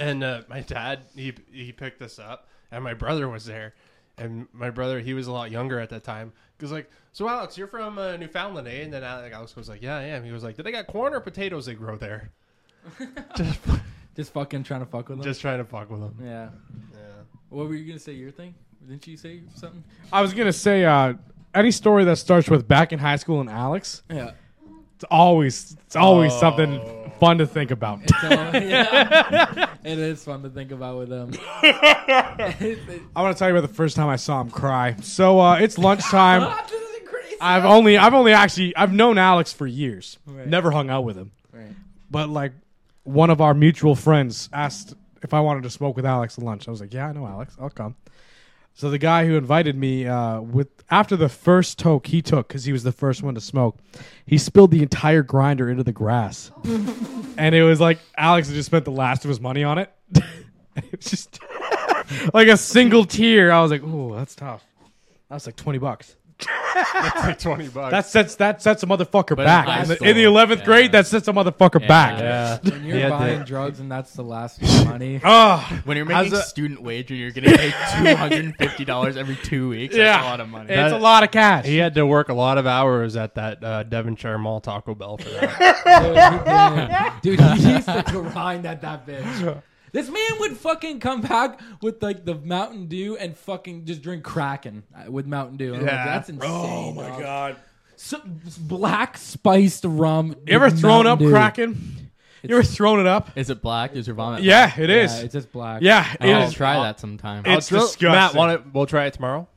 and uh, my dad he he picked us up, and my brother was there, and my brother he was a lot younger at that time. He was like, "So Alex, you're from uh, Newfoundland, eh?" And then Alex Alex was like, "Yeah, I am." He was like, "Did they got corn or potatoes they grow there?" just,
just fucking trying to fuck with them.
just trying to fuck with him.
yeah. What were you gonna say? Your thing? Didn't you say something?
I was gonna say uh, any story that starts with back in high school and Alex,
Yeah.
it's always it's always
Oh.
something fun to think about.
So, yeah. it is fun to think about with um, them.
I want to tell you about the first time I saw him cry. So uh, it's lunchtime.
Ah, this is crazy.
I've only I've only actually I've known Alex for years.
Right.
Never hung out with him.
Right.
But like one of our mutual friends asked if I wanted to smoke with Alex at lunch. I was like, "Yeah, I know Alex. I'll come." So the guy who invited me uh, with after the first toke he took cuz he was the first one to smoke, he spilled the entire grinder into the grass. and it was like Alex had just spent the last of his money on it. it was just like a single tear. I was like, "Ooh, that's tough." That was like 20 bucks.
It's like twenty bucks.
That sets that sets a motherfucker
in high
back. In the, in the
school,
eleventh
yeah.
grade, that sets a motherfucker back.
yeah.
When you're
Yeah,
buying
the-
drugs and that's the last of your money.
Ah,
When you're
How's
making
that-
student wage and you're getting paid two hundred and fifty dollars every two weeks, that's
Yeah.
a lot of money.
it's
That-
a lot of cash.
He had to work a lot of hours at that uh, Devonshire Mall Taco Bell for that.
Dude, yeah. Dude, he used to grind at that bitch. This man would fucking come back with like the Mountain Dew and fucking just drink Kraken uh, with Mountain Dew. And I'm like,
Yeah.
that's insane. Oh my god.
God.
So, black spiced rum.
you ever thrown up
Kraken?
Kraken? You ever thrown it up?
Is it black? Is your vomit?
Yeah, it
Yeah,
is.
it's just black.
Yeah, it
I'll
is.
try that sometime.
It's
I'll throw-
disgusting.
Matt, want it? We'll try it tomorrow.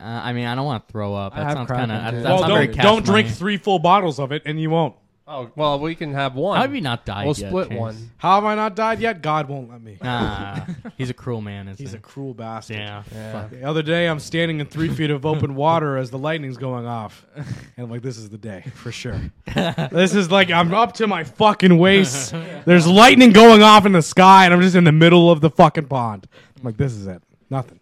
Uh, I mean, I don't want to throw up.
I
That
have
sounds
Kraken
kind of.
too.
That, that
Well,
sounds very
don't
cash
don't drink
money.
three full bottles of it, and you won't.
Oh well, we can have one.
How have you not died
we'll
yet,
split
Chase?
one.
How have I not died yet? God won't let me.
Nah, he's a cruel man, isn't
He's a
he?
cruel bastard.
yeah. Fuck.
The other day, I'm standing in three feet of open water as the lightning's going off, and I'm like, "This is the day for sure. this is like I'm up to my fucking waist. There's lightning going off in the sky, and I'm just in the middle of the fucking pond. I'm like, this is it. Nothing,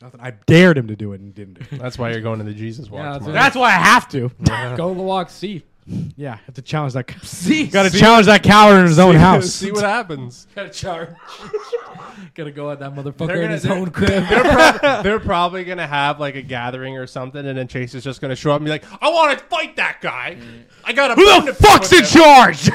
nothing. I dared him to do it and didn't do it.
That's why you're going to the Jesus walk
Yeah, that's
tomorrow.
That's why I have to.
Go to the walk, see.
yeah, I have to challenge that.
See.
Got to challenge that coward in his own house.
See what happens.
Gotta charge. Gotta go at that motherfucker
They're
in
gonna-
his
they're-
own crib.
They're probably gonna have like a gathering or something, and then Chase is just gonna show up and be like, "I want to fight that guy. I got a
Who the fuck's in charge?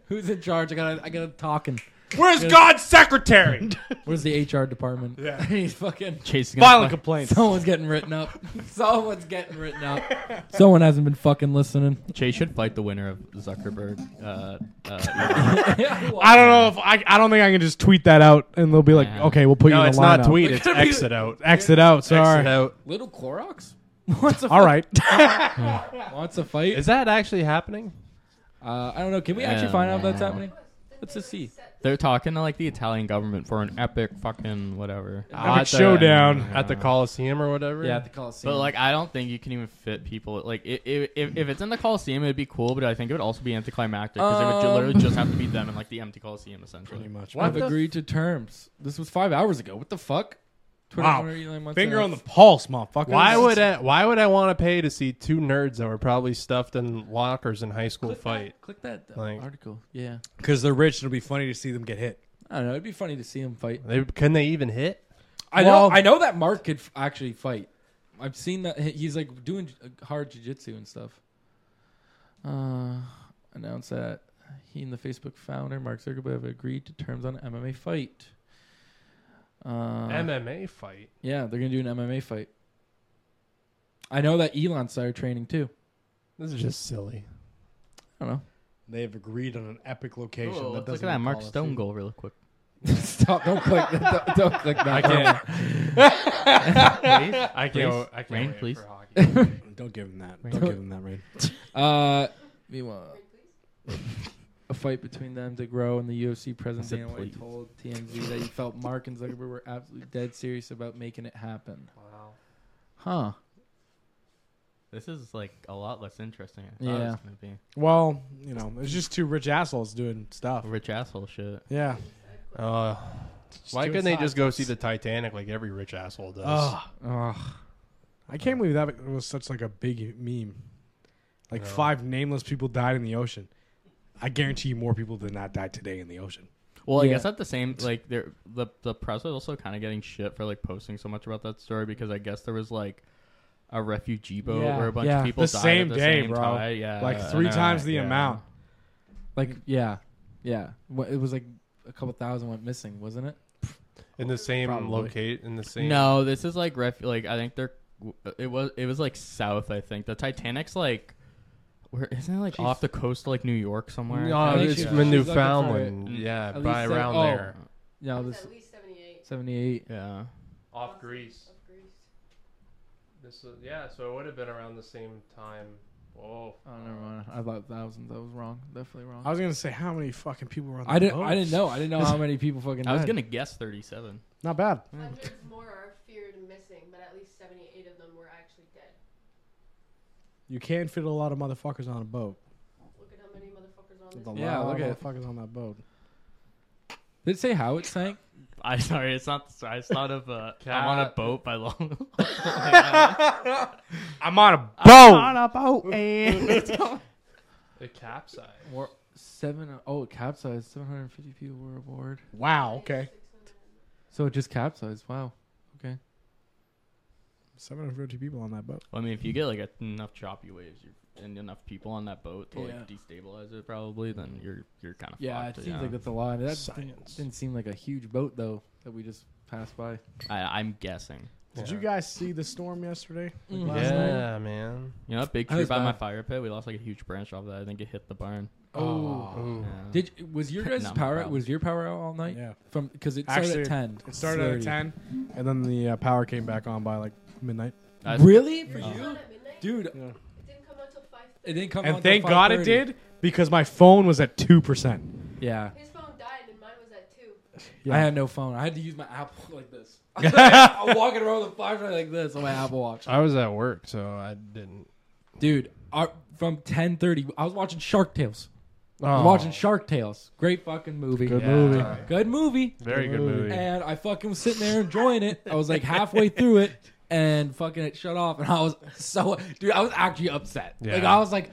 Who's in charge? I gotta, I gotta talking.
Where's God's secretary?
Where's the HR department?
Yeah.
he's fucking.
Chase is gonna
Violent
fuck-
complaints.
Someone's getting written up. Someone's getting written up. Someone hasn't been fucking listening.
Chase should fight the winner of Zuckerberg. Uh, uh,
I don't know if I. I don't think I can just tweet that out, and they'll be like,
Yeah.
"Okay, we'll put you
no,
in
it's
the
not
lineup."
tweet. It's
Look at me.
exit out.
Exit out. Sorry.
Exit out.
Little Clorox. Wants a
All right.
fight. Wants a fight.
Is that actually happening?
Uh, I don't know. Can we actually
Oh,
find out if that's
no.
happening?
Didn't
Let's
they,
just
like,
see.
set
they're talking to like the Italian government for an epic fucking whatever.
Ah.
At the-
showdown.
at the Coliseum or whatever.
Yeah, at the Coliseum.
But like, I don't think you can even fit people. Like, i- i- if if it's in the Coliseum, it'd be cool, but I think it would also be anticlimactic because it would ju-
Um.
literally just have to be them in like the empty Coliseum essentially.
much.
What
I've
the
agreed to terms. This was five hours ago. What the fuck? Twitter
Wow.
owner Elon Musk
Finger on the
announced-
pulse, motherfucker.
Why would I? Why would I want to pay to see two nerds that were probably stuffed in lockers in high school
click
fight?
That, click that uh,
Like-
article. Yeah,
Because they're rich and it'll be funny to see them get hit.
I don't know. It'd be funny to see him fight.
They can they even hit?
I
Well-
know. I know that Mark could f- actually fight. I've seen that he- he's like doing j- uh, hard jujitsu and stuff. Uh, announced that he and the Facebook founder Mark Zuckerberg have agreed to terms on an MMA fight. Uh,
MMA fight.
yeah, they're gonna do an MMA fight. I know that Elon started training too.
This is just silly.
I don't know.
They have agreed on an epic location. that
Whoa, let's Oh, look at
doesn't
that Mark
involve us
Stone
either.
goal real quick.
Stop! Don't click. that. Don't, don't click that.
I can't.
Please?
I can't.
Please?
I can't
Rain,
wait
please?
for hockey.
Don't give him that. Don't give him that, Rain.
Uh, meanwhile,
please?
a fight between them to grow, and the UFC president
said
Dana White
please.
told TMZ that he felt Mark and Zuckerberg were absolutely dead serious about making it happen.
Wow.
Huh?
This is like a lot less interesting. than I thought it was gonna be
Well, you know, it's just two rich assholes doing stuff.
rich asshole shit.
Yeah.
Uh, why
do
couldn't they
inside.
just go see the Titanic like every rich asshole does?
Ugh.
Ugh.
I can't believe that was such like a big meme. Like
No.
five nameless people died in the ocean. I guarantee you more people than that died today in the ocean.
Well,
Yeah.
I guess at the same like there the the press was also kind of getting shit for like posting so much about that story because I guess there was like a refugee boat
Yeah,
where a bunch
yeah.
of people
The
died
same
at the
day,
same
bro.
time. Yeah,
like
and
three
I-
times the
yeah.
amount.
Like yeah, yeah. Wha- It was like a couple thousand went missing, wasn't it?
in the same
Probably.
locate in the same.
No, this is like ref. Like I think they're. It was it was like south. I think the Titanic's like. Where isn't it like off the coast, of, like New York somewhere?
No,
I think
it's
she-
in
she's looking for
Newfoundland.
it.
Yeah,
At
by
least, uh,
around
oh.
there.
Yeah,
It was
this
at least 78
seventy-eight.
Yeah.
Off Greece.
of Greece.
This was, yeah, so it would have been around the same time. Whoa.
Oh, never mind. I thought thousands. I was wrong. Definitely wrong.
I was gonna say how many fucking people were on. That
I didn't.
boat?
I didn't know. I didn't know how many people fucking.
I was
died.
gonna guess thirty-seven.
Not bad.
Hundreds
Hmm.
more are feared missing, but at least 78 of them were actually dead.
You can fit a lot of motherfuckers on a boat.
Look at how many motherfuckers on
There's a
this.
Yeah, look
lot of
at-
motherfuckers on that boat.
Did it say how it sank?
I sorry, it's not. Sorry, it's not of. Uh, I'm on a boat by long.
I'm on a boat.
a boat and it's going.
It capsized.
Or seven oh it capsized. Seven hundred and fifty people were aboard.
wow. Okay.
So it just capsized. Wow. Okay.
Seven hundred fifty people on that boat.
Well, I mean, if you get like enough choppy waves you're, and enough people on that boat to like
Yeah.
destabilize it, probably, then you're you're kind of
Yeah,
Fucked,
it seems like that's a lot. That
Science.
didn't, didn't seem like a huge boat though that we just passed by.
I, I'm guessing.
Did
Yeah.
you guys see the storm yesterday? Like last night?
Yeah, man.
You know, that big
That
tree
was
by my
bad.
fire pit, we lost like a huge branch off that. I think it hit the barn.
Oh.
Ooh.
Yeah.
Did was your guys'
Not my
power
problem.
was your power out all night?
Yeah.
From because it started
Actually,
at ten.
It started at
Slurry.
ten, and then the uh, power came back on by like midnight.
I-
Really for
It was
you,
on at midnight?
dude?
Yeah.
It didn't come out till 5:30.
It didn't come. on
And
till
thank God it
5:30.
did because my phone was at two percent.
Yeah.
His phone died and mine was at 2.
Yeah.
I had no phone. I had to use my Apple like this. I'm walking around with a flashlight like this on my Apple Watch.
Uh,
I was at work, so I didn't.
Dude, our, from ten thirty, I was watching Shark Tales. I was watching Shark Tales. Great fucking movie.
Oh. Good
Yeah.
movie.
Good movie.
Very good movie.
And I fucking was sitting there enjoying it. I was like halfway through it, and fucking it shut off, and I was so dude. I was actually upset. Like
Yeah.
I was like,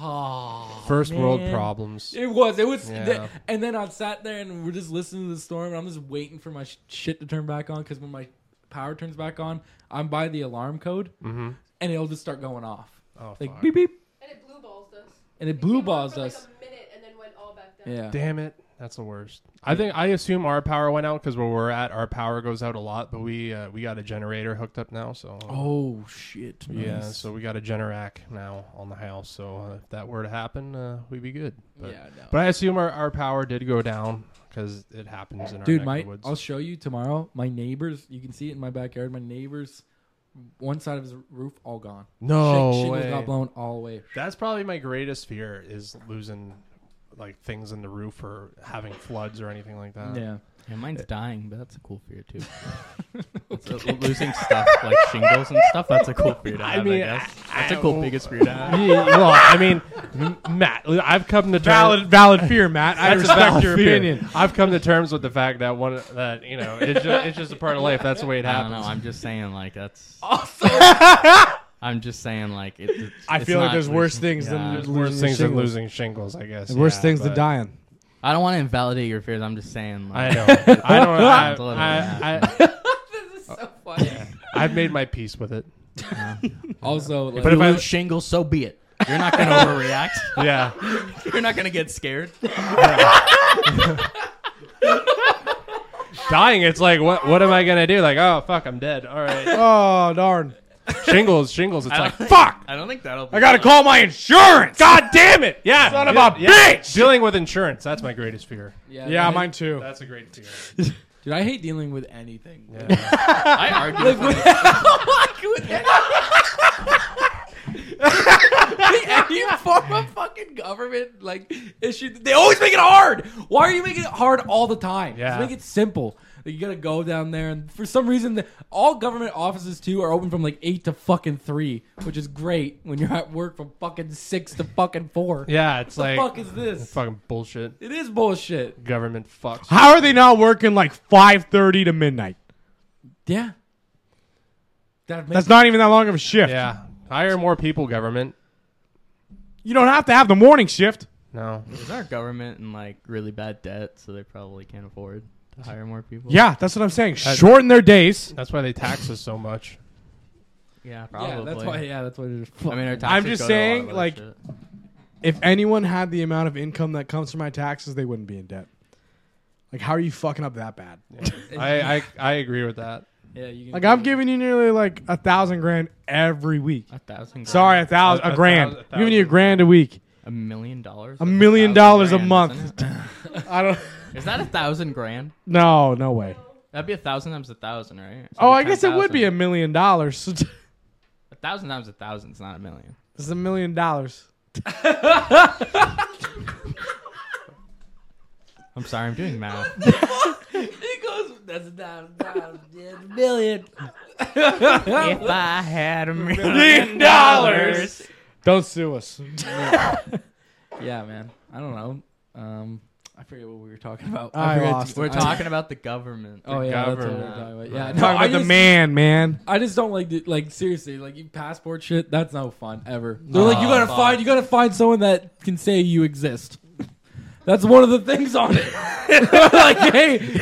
oh.
First world
man.
problems.
It was. It was.
Yeah.
th- and then I sat there and we're just listening to the storm, and I'm just waiting for my sh- shit to turn back on because when my power turns back on, I'm by the alarm code,
Mm-hmm.
and it'll just start going off.
Oh,
Like
fuck.
beep beep,
And it blue balls us.
and it
It
blue
came on
balls
for
us.
Like a minute and then went all back down.
Yeah.
Damn it. That's the worst. I think I assume our power went out because where we're at, our power goes out a lot. But we uh, we got a generator hooked up now, so uh,
Oh shit.
yeah,
nice.
so we got a Generac now on the house. So uh, if that were to happen, uh, we'd be good. But,
yeah. No.
but I assume our, our power did go down because it happens in our
Dude,
neck
my
of the woods.
I'll show you tomorrow. My neighbors, you can see it in my backyard. My neighbors, one side of his roof all gone. Shing-
no
shingles
way.
got blown all the way.
That's probably my greatest fear is losing like things in the roof or having floods or anything like that.
yeah.
Yeah,
Uh,
mine's dying, but that's a cool fear too. It's, uh, losing stuff like shingles and stuff, that's a cool fear to
I
have, I,
mean,
guess. That's a
I-
cool biggest fear to have.
Yeah, well, I mean, Matt, I've come to terms.
Valid, valid fear, Matt. I
That's a
respect
valid
your
fear.
opinion.
I've come to terms with the fact that one that you know it's just, it's just a part of life. That's the way it
I don't
happens.
know. I'm just saying, like that's. I'm just saying, like it, it's-
I
it's
feel like
not
there's worse
losing-
things than
yeah.
losing your
Worse things than
shingles.
losing shingles, I guess.
The worse
Yeah,
things than
but-
dying.
I don't want to invalidate your fears. I'm just saying.
I
Like,
know. I don't. I,
Totally,
I,
yeah.
I,
this is so funny.
I've made my peace with it.
Also, like,
but if
if I-
I lose shingles, so be it. You're not gonna overreact.
Yeah.
You're not gonna get scared.
Dying, it's like what? What am I gonna do? Like, oh fuck, I'm dead. All right.
Oh darn!
Shingles, shingles. It's like
Fuck!
I don't think that'll. Be
I gotta call my insurance. God damn it!
Yeah,
Son of
yeah,
a
yeah.
bitch!
Dealing with insurance, that's my greatest fear.
Yeah,
I-
mine too.
That's a great fear.
Dude, I hate dealing with anything.
I argue. with myself.
Any form of fucking government like issue, they always make it hard. Why are you making it hard all the time?
Yeah.
Just make it simple. Like, you gotta go down there, and for some reason, the, all government offices too are open from like eight to fucking three, which is great when you're at work from fucking six to fucking four.
Yeah, it's
What
like
the fuck is this?
fucking bullshit.
It is bullshit.
Government fucks.
How are they not working like five thirty to midnight?
Yeah. Gotta make
That's not even that long of a shift.
Yeah, hire more people. Government.
You don't have to have the morning shift.
No.
Is our government in like really bad debt, so they probably can't afford to hire more people?
Yeah, that's what I'm saying. Shorten their days.
That's why they tax us so much.
yeah, probably.
yeah, that's why. Yeah, that's what it is.
I mean, our taxes
I'm just
go to a lot of
saying,
other
like-
shit.
If anyone had the amount of income that comes from my taxes, they wouldn't be in debt. Like, how are you fucking up that bad?
I, I I agree with that.
yeah, you can
Like, I'm giving you nearly like a thousand grand every week.
a thousand.
Sorry, a thousand,
A-
a,
a
grand.
thousand- a
I'm giving you a
thousand.
grand a week.
a million dollars.
A
That's
million
thousand
dollars a
grand,
month.
isn't
I don't.
it? Is that a thousand grand?
No, no way.
That'd be a thousand times a thousand, right? It's
Oh, I
like
guess it would be a
10,000.
million dollars. This
a thousand times a thousand. It's not a million.
is a million dollars.
I'm sorry, I'm doing math.
It goes. That's a thousand, thousand, yeah, a million.
if I had a
Million dollars. Don't sue us.
Yeah, man. I don't know. Um, I forget what we were talking about.
I
forget
lost
We're
I-
talking about the government.
Oh yeah, that's what we
government.
we're talking about. Yeah, no,
Talk
I
about the
just-
man, man.
I just don't like the, like seriously like you passport shit. That's no fun ever. They're like you
No.
gotta find you gotta find someone that can say you exist. That's one of the things on it. like, hey, can you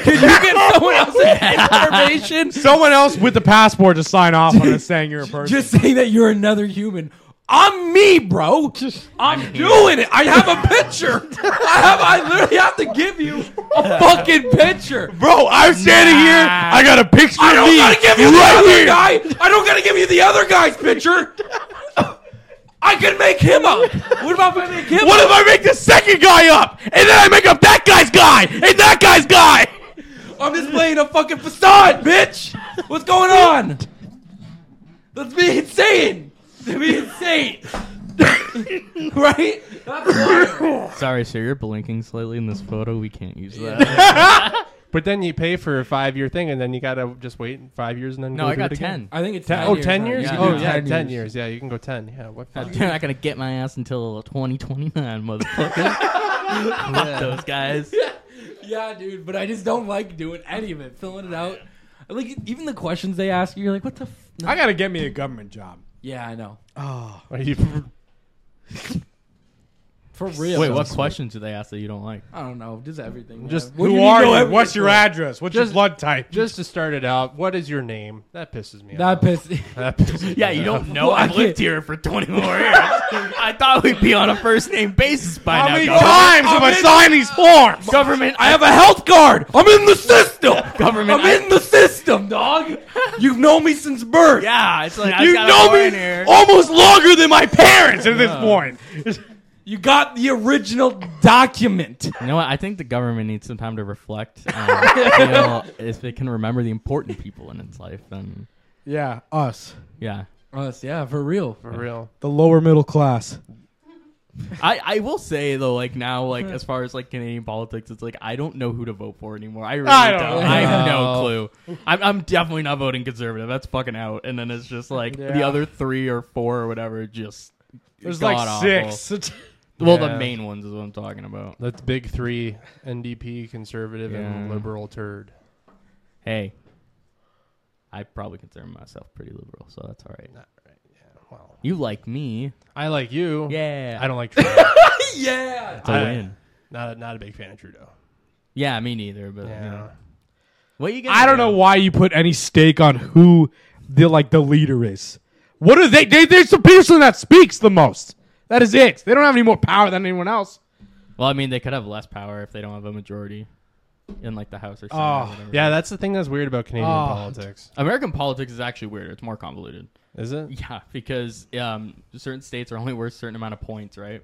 get someone else's information?
Someone else with the passport to sign off on it saying you're a person.
Just say that you're another human. I'm me, bro. I'm doing it. I have a picture. I have. I literally have to give you a fucking picture.
Bro, I'm standing here. I got a picture
I
of
don't
me
gotta give you the
right
other
here.
guy. I don't gotta give you the other guy's picture. I can make him up. What about if I make him
What
up?
if I make the second guy up, and then I make up that guy's guy and that guy's guy?
I'm just playing a fucking facade, bitch. What's going on? That's me insane. That's me insane. right? That's why.
Sorry, sir, you're blinking slightly in this photo. We can't use that.
But then you pay for a five year thing, and then you gotta just wait five years, and then
No,
go
I
do
got
it again.
ten.
I think it's
Ten,
10
oh,
years
10
now.
years?
You
Yeah.
can
oh,
do
yeah, 10, years. Yeah, you can go 10. Yeah, what fuck?
Dude, I'm not gonna get my ass until 2029, motherfucker. Fuck those guys.
Yeah, dude, but I just don't like doing any of it, filling it out. Oh, Like even the questions they ask you, you're like, what the? F-?
I gotta get me a government job.
Yeah, I know.
Are you,
For real.
Wait, what questions do they ask that you don't like?
I don't know. Just everything.
Just-
What do
Who
need
are
to know
you?
everything
What's your
for?
address? What's your
Just-
blood type?
just to start it out, what is your name? That pisses me
That
off.
pisses.
That pisses me
Yeah, you
off.
don't know.
Well, I
I've lived
can't-
here for 20 more years. I thought we'd be on a first name basis by
How
now.
many
government.
times have I signed these forms?
government?
I have a health card. I'm in the system.
Government-
I'm in the system, dog. You've known me since birth.
Yeah, it's like
You
I was
know
born
me
here.
almost longer than my parents at this point.
You got the original document.
You know what? I think the government needs some time to reflect. Um, you know, if it can remember the important people in its life, then
Yeah, us,
yeah.
Us, yeah, for real.
For real.
the lower middle class.
I, I will say though, like now, like
Hmm.
as far as like Canadian politics, it's like I don't know who to vote for anymore. I really
I
don't.
don't know.
I have no clue. I'm, I'm definitely not voting conservative. That's fucking out. And then it's just like the
Yeah.
other three or four or whatever. Just
There's
god
like
awful.
six.
Well,
Yeah.
the main ones is what I'm talking about.
That's big three: NDP, conservative, and
Yeah.
liberal turd.
Hey, I probably consider myself pretty liberal, so that's all right.
Well,
You like me?
I like you.
Yeah,
I don't like Trudeau.
Yeah.
It's a
I-
win.
not a, not a big fan of Trudeau.
Yeah, me neither. But you
Yeah.
know. what you?
I don't know why you put any stake on who the like the leader is. What are they? they there's the person that speaks the most. That is it. They don't have any more power than anyone else.
Well, I mean, they could have less power if they don't have a majority in like the House or Senate.
Oh,
or whatever.
Yeah, that's the thing that's weird about Canadian
Oh.
politics.
American politics is actually weirder. It's more convoluted.
Is it?
Yeah, because um, certain states are only worth a certain amount of points, right?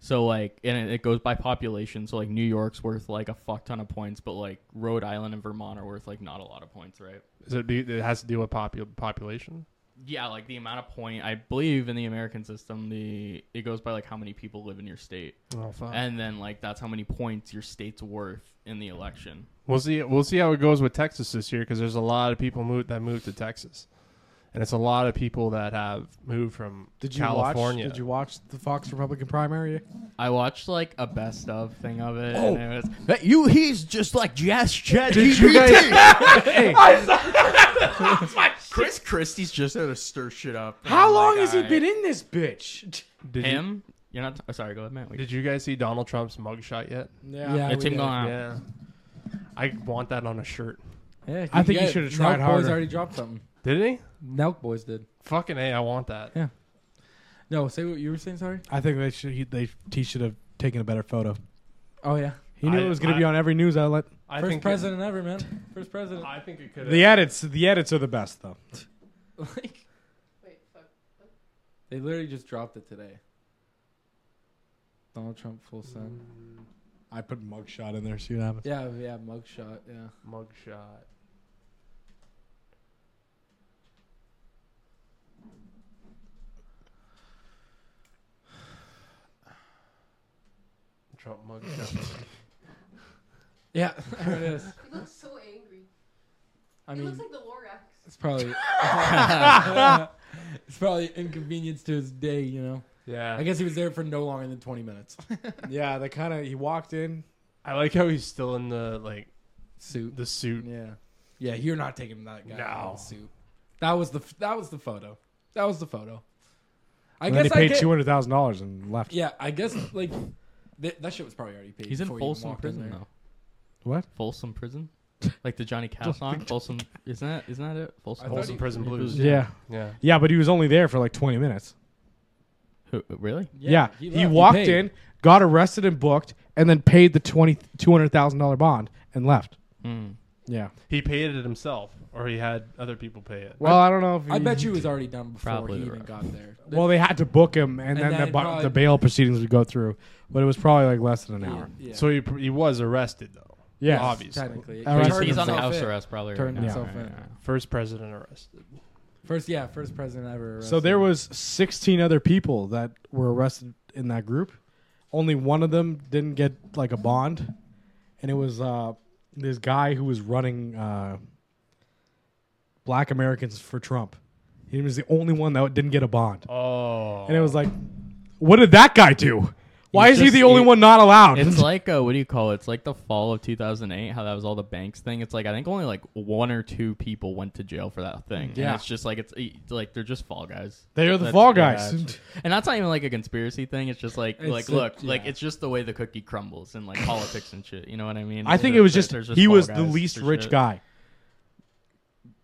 So like, and it, it goes by population. So like, New York's worth like a fuck ton of points, but like Rhode Island and Vermont are worth like not a lot of points, right?
Is it? Be, it has to deal with popu- population.
Yeah, like the amount of point I believe in the American system, the it goes by like how many people live in your state,
Oh fuck.
and then like that's how many points your state's worth in the election.
We'll see. We'll see how it goes with Texas this year because there's a lot of people moved that moved to Texas, and it's a lot of people that have moved from California.
watch? Did you watch the Fox Republican primary?
I watched like a best of thing of it, and it was "Hey, you. He's just like Jazz Chat Chris Christie's just there to stir shit up.
How
I'm like,
long has he
"Alright."
been in this bitch?
Did you-
Him? You're not. oh, sorry, go ahead, man.
did you guys see Donald Trump's mugshot yet?
Yeah,
it's
we did.
him going. "Ah."
Yeah. I want that on a shirt.
Yeah,
I think you
get-
should've tried
Nelk Boys
harder.
already dropped something.
Did he?
Nelk Boys did.
Fucking a! I want that.
No, say what you were saying. Sorry.
I think they should. He, they he should have taken a better photo.
Oh yeah.
He knew
I-
it was going
I-
to be on every news outlet.
I
First
think
president ever, man. First
It,
president.
I think it could.
The edits, the edits are the best though.
like,
Wait, fuck.
they literally just dropped it today. Donald Trump full send.
I put mugshot in there. See what happens.
Yeah, yeah, mugshot. Yeah.
mugshot. Trump mugshot.
Yeah, there it is.
He looks so angry.
I
he looks
mean,
like the Lorax.
it's probably it's probably inconvenience to his day. You know.
yeah,
I guess he was there for no longer than twenty minutes.
Yeah, they kind of. He walked in.
I like how he's still in the like
Suit.
the suit.
Yeah. Yeah, you're not taking that guy out
No.
of the suit. That was the that was the photo. That was the photo. I
And then
guess
he paid
I get,
two hundred thousand dollars and left.
Yeah, I guess like th- that shit was probably already paid.
He's in
before you even
Folsom
walked
prison
there.
though.
What?
Folsom prison? Like the Johnny Cash song? Folsom isn't that isn't that it? Folsom.
I thought
Folsom
he-
Prison Blues.
was-
Yeah. yeah,
Yeah,
but he was only there for like twenty minutes.
Who, really?
Yeah, he,
left.
walked
paid.
in, got arrested and booked, and then paid the twenty two hundred thousand dollar bond and left.
Hmm.
Yeah.
he paid it himself, or he had other people pay it.
Well, I don't know if he,
I bet you it was already done before
Probably
he
the
even
ref.
got there.
Well, they had to book him, and, then,
then
the,
it
bu-
probably-
the bail proceedings would go through, but it was probably like less than an hour.
yeah,
So he pr- he was arrested though.
Yeah,
obviously.
technically.
All right,
He
so
He's,
turned
he's on
himself
house
in.
arrest probably.
Turned
right now.
himself
Right,
in.
right, right.
First president arrested.
First, yeah, first president ever.
So there
arrested.
was 16 other people that were arrested in that group. Only one of them didn't get like a bond, and it was uh, this guy who was running uh, Black Americans for Trump. He was the only one that didn't get a bond,
Oh,
and it was like, what did that guy do? Why
He's
is he
just-
the only
he-
one not allowed?
It's like uh, what do you call it? It's like the fall of 2008. How that was all the banks thing. It's like I think only like one or two people went to jail for that thing. And
Yeah.
it's just like it's, it's like they're just fall guys.
they are the
That's-
fall
yeah,
guys.
it's- and that's not even like a conspiracy thing. It's just like
It's
like
a-
look, like
yeah.
it's just the way the cookie crumbles and like politics and shit. You know what I mean?
I think
There-
it was
there-
just
there's
he
fall
was the
guys
least
for
rich
shit.
guy.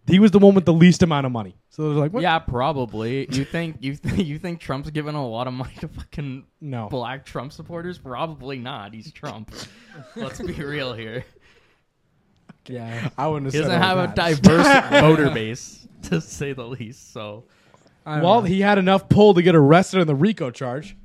He was the one with the least amount of money. So they're like, what?
Yeah, probably. You think you think you think Trump's giving a lot of money to fucking
no.
black Trump supporters? Probably not. He's Trump. Let's be real here.
yeah.
I wouldn't have
He doesn't
said all
have a
that.
diverse voter base, to say the least. So
I don't
Well,
know.
he had enough pull to get arrested on the RICO charge.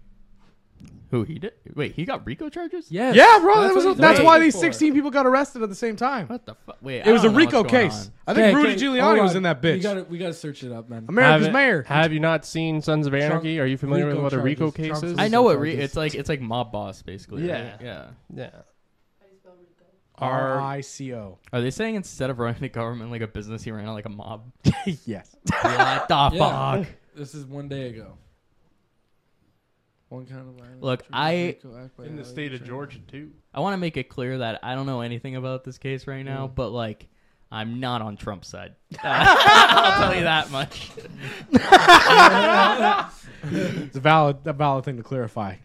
who he did? Wait, he got RICO charges?
yes,
Yeah, bro. That
what
was,
he's
that's
looking
why these
for.
16 people got arrested at the same time.
What the fuck? Wait, I
It was a
don't know what's
RICO
going
case.
on.
I think
Okay,
Rudy
okay,
Giuliani
hold
was
on.
in that
We
bitch.
gotta, we gotta search it up, man.
America's
Haven't-
mayor.
Have you not seen Sons of Anarchy? Are you familiar
RICO
with what a RICO
charges.
case
Trump's
is?
I know what re-
charges.
it's like. It's like mob boss, basically. right?
Yeah.
yeah.
Yeah.
How do you spell Rico?
R I C O.
Are they saying instead of running a government like a business, he ran it like a mob?
Yes.
what the
Yeah.
fuck?
This is one day ago. One kind of violence.
Look,
true,
I-
sexual act by
in the
alley,
state of
true.
Georgia too.
I want to make it clear that I don't know anything about this case right now,
Mm.
but like, I'm not on Trump's side. I'll tell you that much.
It's a valid, a valid thing to clarify.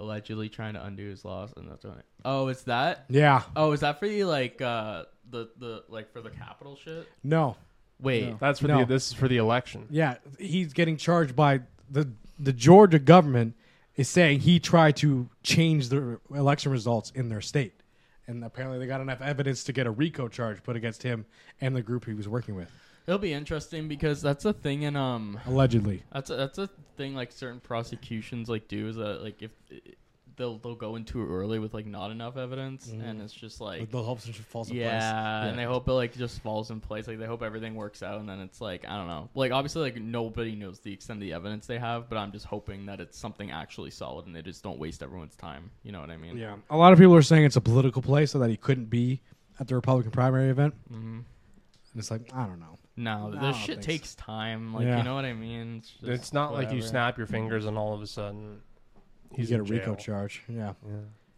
Allegedly trying to undo his loss, and that's right. Oh, it's that.
yeah.
Oh, is that for the like uh the the like for the capital shit?
No.
Wait,
That's for
No.
the this is for the election.
Yeah. He's getting charged by the the Georgia government is saying he tried to change the election results in their state, and apparently they got enough evidence to get a RICO charge put against him and the group he was working with.
it'll be interesting because that's a thing in um
Allegedly.
That's a, that's a thing like certain prosecutions like do is that like if they'll they'll go in too early with like not enough evidence and it's just like
Mm-hmm. With the hopes and falls in
yeah,
place.
and they hope it like just falls in place like they hope everything works out and then it's like I don't know like obviously like nobody knows the extent of the evidence they have but I'm just hoping that it's something actually solid and they just don't waste everyone's time you know what I mean
Yeah, a lot of people are saying it's a political play, so that he couldn't be at the Republican primary event. Mm-hmm. And it's like I don't know. No,
no,
I
this
don't
shit
think so.
takes time like
Yeah.
you know what I mean it's, just
It's not like you
whatever.
snap your fingers and all of a sudden
You
he's
get a
in jail.
RICO charge. Yeah.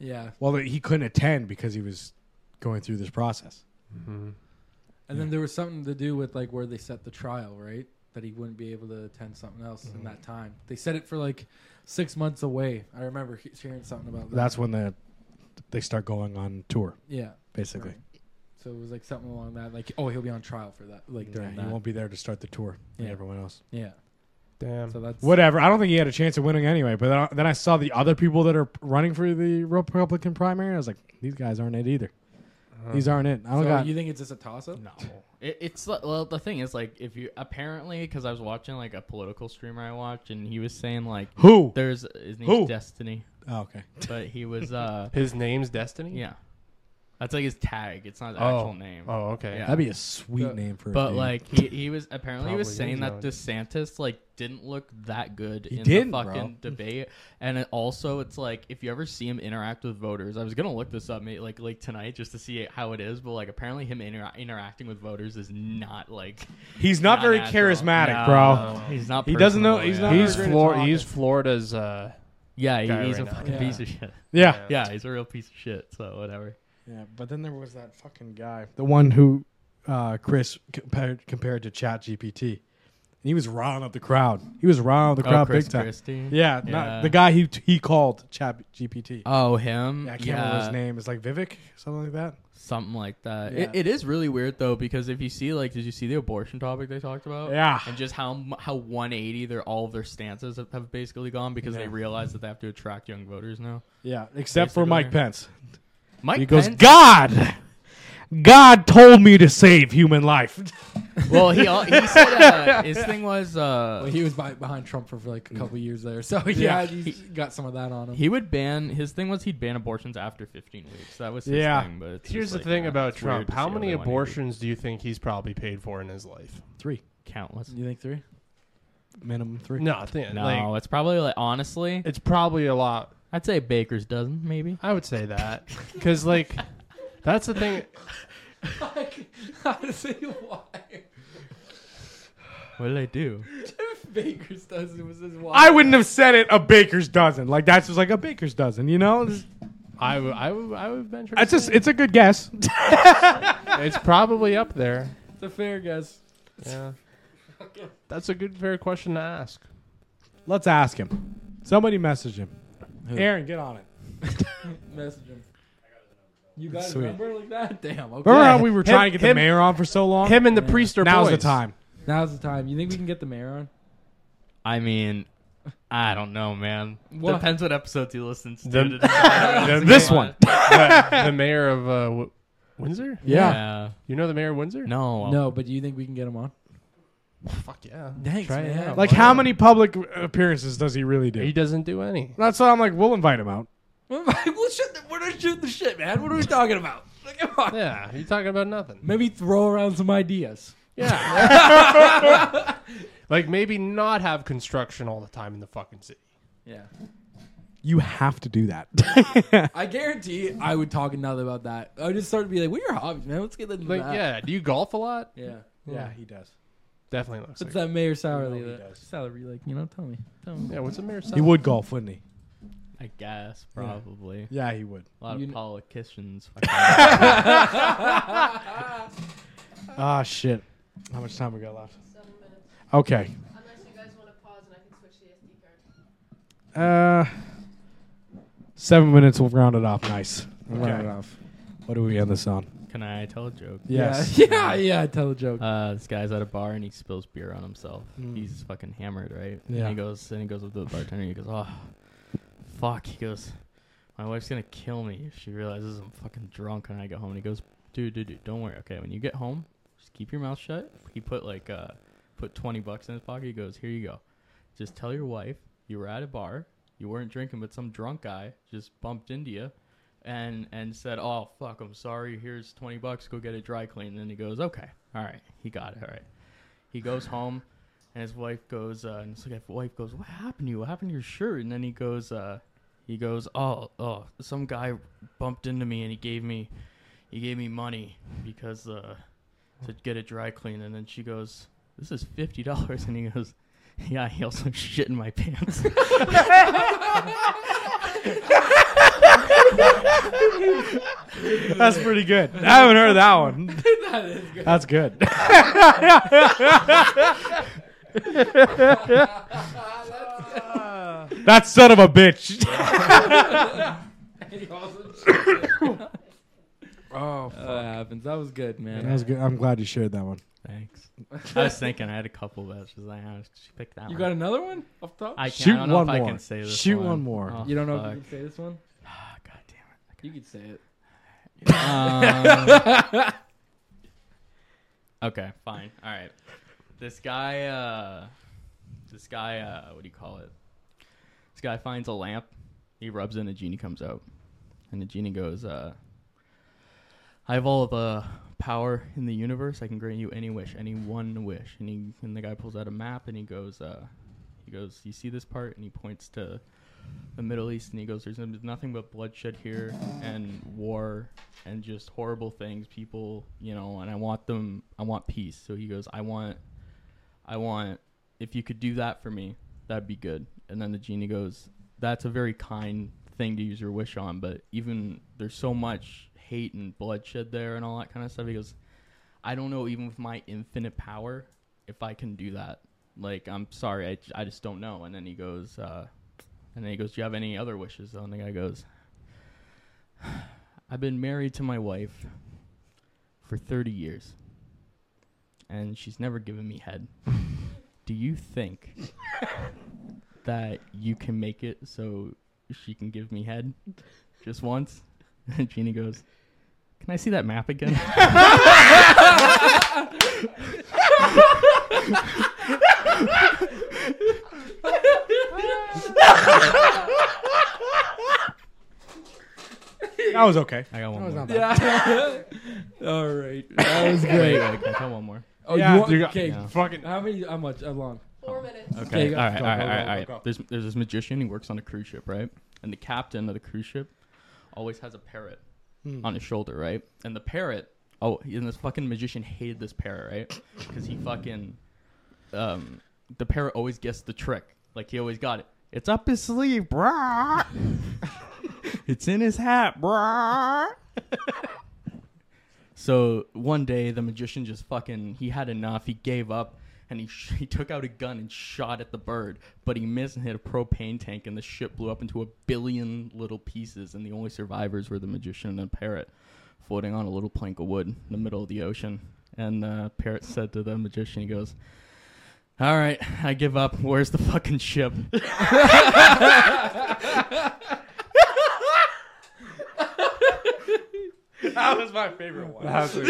Yeah,
Well, he couldn't attend because he was going through this process.
and then there was something to do with like where they set the trial, right? That he wouldn't be able to attend something else
Mm-hmm.
in that time. They set it for like six months away. I remember he- hearing something about that.
That's when the they start going on tour,
yeah,
basically.
Right. So it was like something along that, like oh, he'll be on trial for that, like
Yeah,
during
he
that.
won't be there to start the tour. like
Yeah.
everyone else.
Yeah,
Damn.
so that's
Whatever. I don't think he had a chance of winning anyway. But then I, then I saw the other people that are running for the Republican primary. and I was like, these guys aren't it either.
Uh-huh.
These aren't it. I don't
So
got.
you think it's just a toss-up? No.
It, it's li- well, the thing is, like, if you apparently, because I was watching like a political streamer I watched, and he was saying like,
who?
there's his name's
Who?
Destiny,
Oh, okay.
but he was, uh,
His name's Destiny.
yeah, that's like his tag. It's not his
Oh.
actual name.
Oh, okay.
Yeah.
That'd be a sweet
Yeah.
name for. a
But
dude.
like he, he was apparently he was
Probably
saying
is
that
nowadays.
DeSantis like didn't look that good in
didn't,
the
bro.
fucking debate, and it also it's like if you ever see him interact with voters, I was gonna look this up maybe, like like tonight just to see how it is, but like apparently him intera- interacting with voters is not like
He's not, very
natural.
charismatic,
No,
bro.
He's not.
He doesn't know-
personable,
he's
yeah.
not-
He's
We're gonna
Flor-
talk
he's
it.
Florida's uh
yeah, he-
guy
he's
right
a
now.
fucking
Yeah.
piece of shit.
Yeah.
Yeah, he's a real piece of shit. So whatever.
Yeah, but then there was that fucking guy, the one who uh, Chris compared compared to Chat GPT. He was riling up the crowd. He was riling up the crowd
oh, Chris
big time.
Christie.
Yeah,
Yeah.
Not, the guy he he called Chat GPT.
Oh, him.
yeah, I can't remember his name. It's like Vivek, something like that.
Something like that.
Yeah.
It, it is really weird though because if you see like, did you see the abortion topic they talked about?
Yeah.
And just how m- how 180 their all of their stances have, have basically gone because they realize that they have to attract young voters now.
Yeah, except for
Basically.
Mike Pence.
Mike
He goes,
Pence-
God, God told me to save human life.
Well, he al- he said uh, his thing was uh,
Well, he was by, behind Trump for, for, like a couple years there, so yeah, he's got some of that on him.
He would ban his thing was he'd ban abortions after 15 weeks. That was his
Yeah.
thing. But it's just
Here's the
like,
thing
uh,
about
it's weird
Trump.
to
How
see
many
they wanna do
abortions do you think he's probably paid for in his life?
Three,
Countless.
you think three?
minimum three.
No, I think-
No,
like
it's probably like honestly,
it's probably a lot.
I'd say Baker's dozen maybe.
I would say that because like that's the thing.
Honestly, why?
What did I do?
Baker's dozen was his wife.
I wouldn't have said it a baker's dozen. Like that's just like a baker's dozen, you know? It's-
I would I would I would venture. to
It's
say
just it's a good guess.
it's probably up there.
It's a fair guess.
Yeah. That's a good fair question to ask.
Let's ask him. Somebody message him. Aaron, get on it.
Message him. You got his
Sweet.
number like that? Damn. Okay.
Remember
Yeah.
how we were
Him-
trying to get the
him-
mayor on for so long?
Him and the priest are
Now's the
boys.
time.
Now's the time. You think we can get the mayor on?
I mean, I don't know, man.
What?
Depends what episodes you listen to.
The-
to decide
the-
what's
this
going
one.
on.
the, the mayor of uh, w- Windsor.
Yeah.
You know the mayor of Windsor?
No.
No, but do you think we can get him on?
Fuck yeah.
Thanks,
Try it
man.
out.
Like how many public appearances does he really do?
He doesn't do any.
That's why I'm like, we'll invite him out.
well, shit, we're gonna shoot the shit, man. What are we talking about? Like, come on.
Yeah, he's talking about nothing.
Maybe throw around some ideas.
Yeah. like maybe not have construction all the time in the fucking city.
Yeah.
You have to do that.
I guarantee I would talk another about that. I would just start to be like, what are your hobbies, man? Let's get into
Like
that.
yeah, do you golf a lot?
Yeah.
yeah, he does.
Definitely looks
What's
like.
that mayor salary?
No, he
that-
does.
salary, like you know, tell me, tell me.
Yeah, what's a mayor?
He would golf, wouldn't he?
I guess probably
Yeah, he would.
a lot
You
of
kn-
politicians.
Ah, shit. How much time we got left?
Seven minutes.
Okay.
Unless you guys want to pause and I can switch the SD card.
Uh, seven minutes. We'll round it off. Nice. We'll round it off. What do we end this on?
Can I tell a joke?
Yes.
Yeah, yeah, yeah, Hmm. tell a joke.
Uh, this guy's at a bar and he spills beer on himself.
Mm.
He's fucking hammered, right?
Yeah.
And he goes and he goes up to the bartender. and He goes, "Oh, fuck." He goes, "My wife's gonna kill me if she realizes I'm fucking drunk when I get home." And he goes, "Dude, dude, dude, don't worry. Okay, when you get home, just keep your mouth shut." He put like uh, put twenty bucks in his pocket. He goes, "Here you go. Just tell your wife you were at a bar, you weren't drinking, but some drunk guy just bumped into you." and and said, "Oh fuck, I'm sorry. Here's twenty bucks. Go get it dry cleaned." And then he goes, "Okay, all right, he got it. All right." He goes home, and his wife goes, uh, and his wife goes, "What happened to you? What happened to your shirt?" And then he goes, uh, he goes, "Oh, oh, some guy bumped into me, and he gave me, he gave me money because uh, to get it dry cleaned." And then she goes, "This is fifty dollars," and he goes. Yeah, he also shit in my pants.
That's pretty good. I haven't heard that one. That's good. that son of a bitch.
oh, that happens. That was good, man.
That was good. I'm glad you shared that one.
Thanks. I was thinking I had a couple batches. I had "Ah, she picked that
You
one.
got another one off top?
I can't,
Shoot
I don't know
one
if
more.
I can say this
Shoot
one.
one more.
Oh,
you don't know
fuck.
if you can say this one.
Ah, God damn
You could say it.
it. Um, okay, fine. All right. This guy, uh, this guy, uh, what do you call it? This guy finds a lamp. He rubs it and a genie comes out. And the genie goes, uh, I have all the power in the universe. I can grant you any wish, any one wish. And, he, and the guy pulls out a map and he goes, uh, he goes, you see this part? And he points to the Middle East, and he goes, "There's nothing but bloodshed here, and war, and just horrible things. People, you know, and I want them. I want peace." So he goes, "I want, I want. If you could do that for me, that'd be good." And then the genie goes, "That's a very kind thing to use your wish on, but even there's so much hate and bloodshed there, and all that kind of stuff." He goes, "I don't know, even with my infinite power, if I can do that." Like, I'm sorry, I, j- I just don't know. And then he goes, uh, and then he goes, "Do you have any other wishes?" And the guy goes, "I've been married to my wife for 30 years, and she's never given me head. Do you think that you can make it so she can give me head just once?" And Jeannie goes, "Can I see that map again?"
That was okay.
I got one
was
more.
not bad.
Yeah. All right. That was
Wait,
great.
wait, can I tell one more?
Oh,
Yeah,
you want,
you got-
okay.
yeah.
Fucking.
How many? How much? How long?
Four minutes.
Okay.
Okay, go,
all right.
go,
all right.
go,
all
go,
right.
go,
all right.
go.
There's there's this magician. He works on a cruise ship, right? And the captain of the cruise ship always has a parrot on his shoulder, right? And the parrot. Oh, and this fucking magician hated this parrot, right? Because he fucking um, the parrot always gets the trick. Like he always got it. It's up his sleeve, brah. it's in his hat, brah. so one day the magician just fucking he had enough. He gave up and he sh- he took out a gun and shot at the bird, but he missed and hit a propane tank and the ship blew up into a billion little pieces and the only survivors were the magician and the parrot floating on a little plank of wood in the middle of the ocean. And the parrot said to the magician, he goes, all right, I give up. Where's the fucking ship?
That was my favorite one.
That's a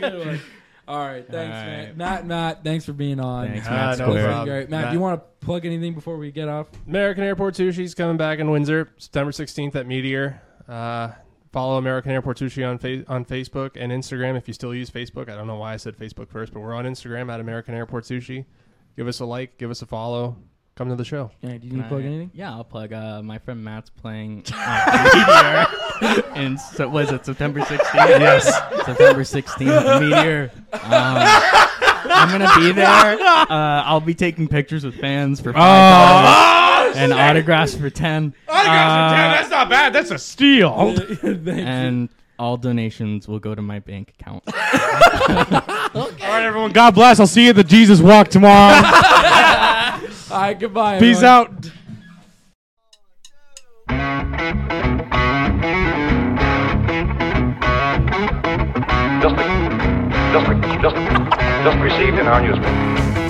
good one. All right. Thanks, man.
right.
Matt. Matt. Thanks for being on.
Thanks,
Ah,
Matt
no
Square.
This has been
problem.
great. Matt,
Matt.
do you want to plug anything before we get off?
American Airport Sushi's coming back in Windsor, September 16th at Meteor. Uh, follow American Airport Sushi on fa- on Facebook and Instagram if you still use Facebook. I don't know why I said Facebook first, but we're on Instagram at American Airport Sushi. Give us a like, give us a follow. Come to the show.
Yeah, do you need to plug anything?
Yeah, I'll plug. Uh, my friend Matt's playing uh, Meteor. And so was it September 16th? Yes, September 16th, Meteor. Um, I'm gonna be there. Uh, I'll be taking pictures with fans for five dollars and autographs for ten. Uh,
that's not bad. That's a steal.
and all donations will go to my bank account.
All right, everyone. God bless. I'll see you at the Jesus Walk tomorrow.
All right, goodbye.
Peace
everyone.
out.
Just, re- just, re- just, just received in our newsroom.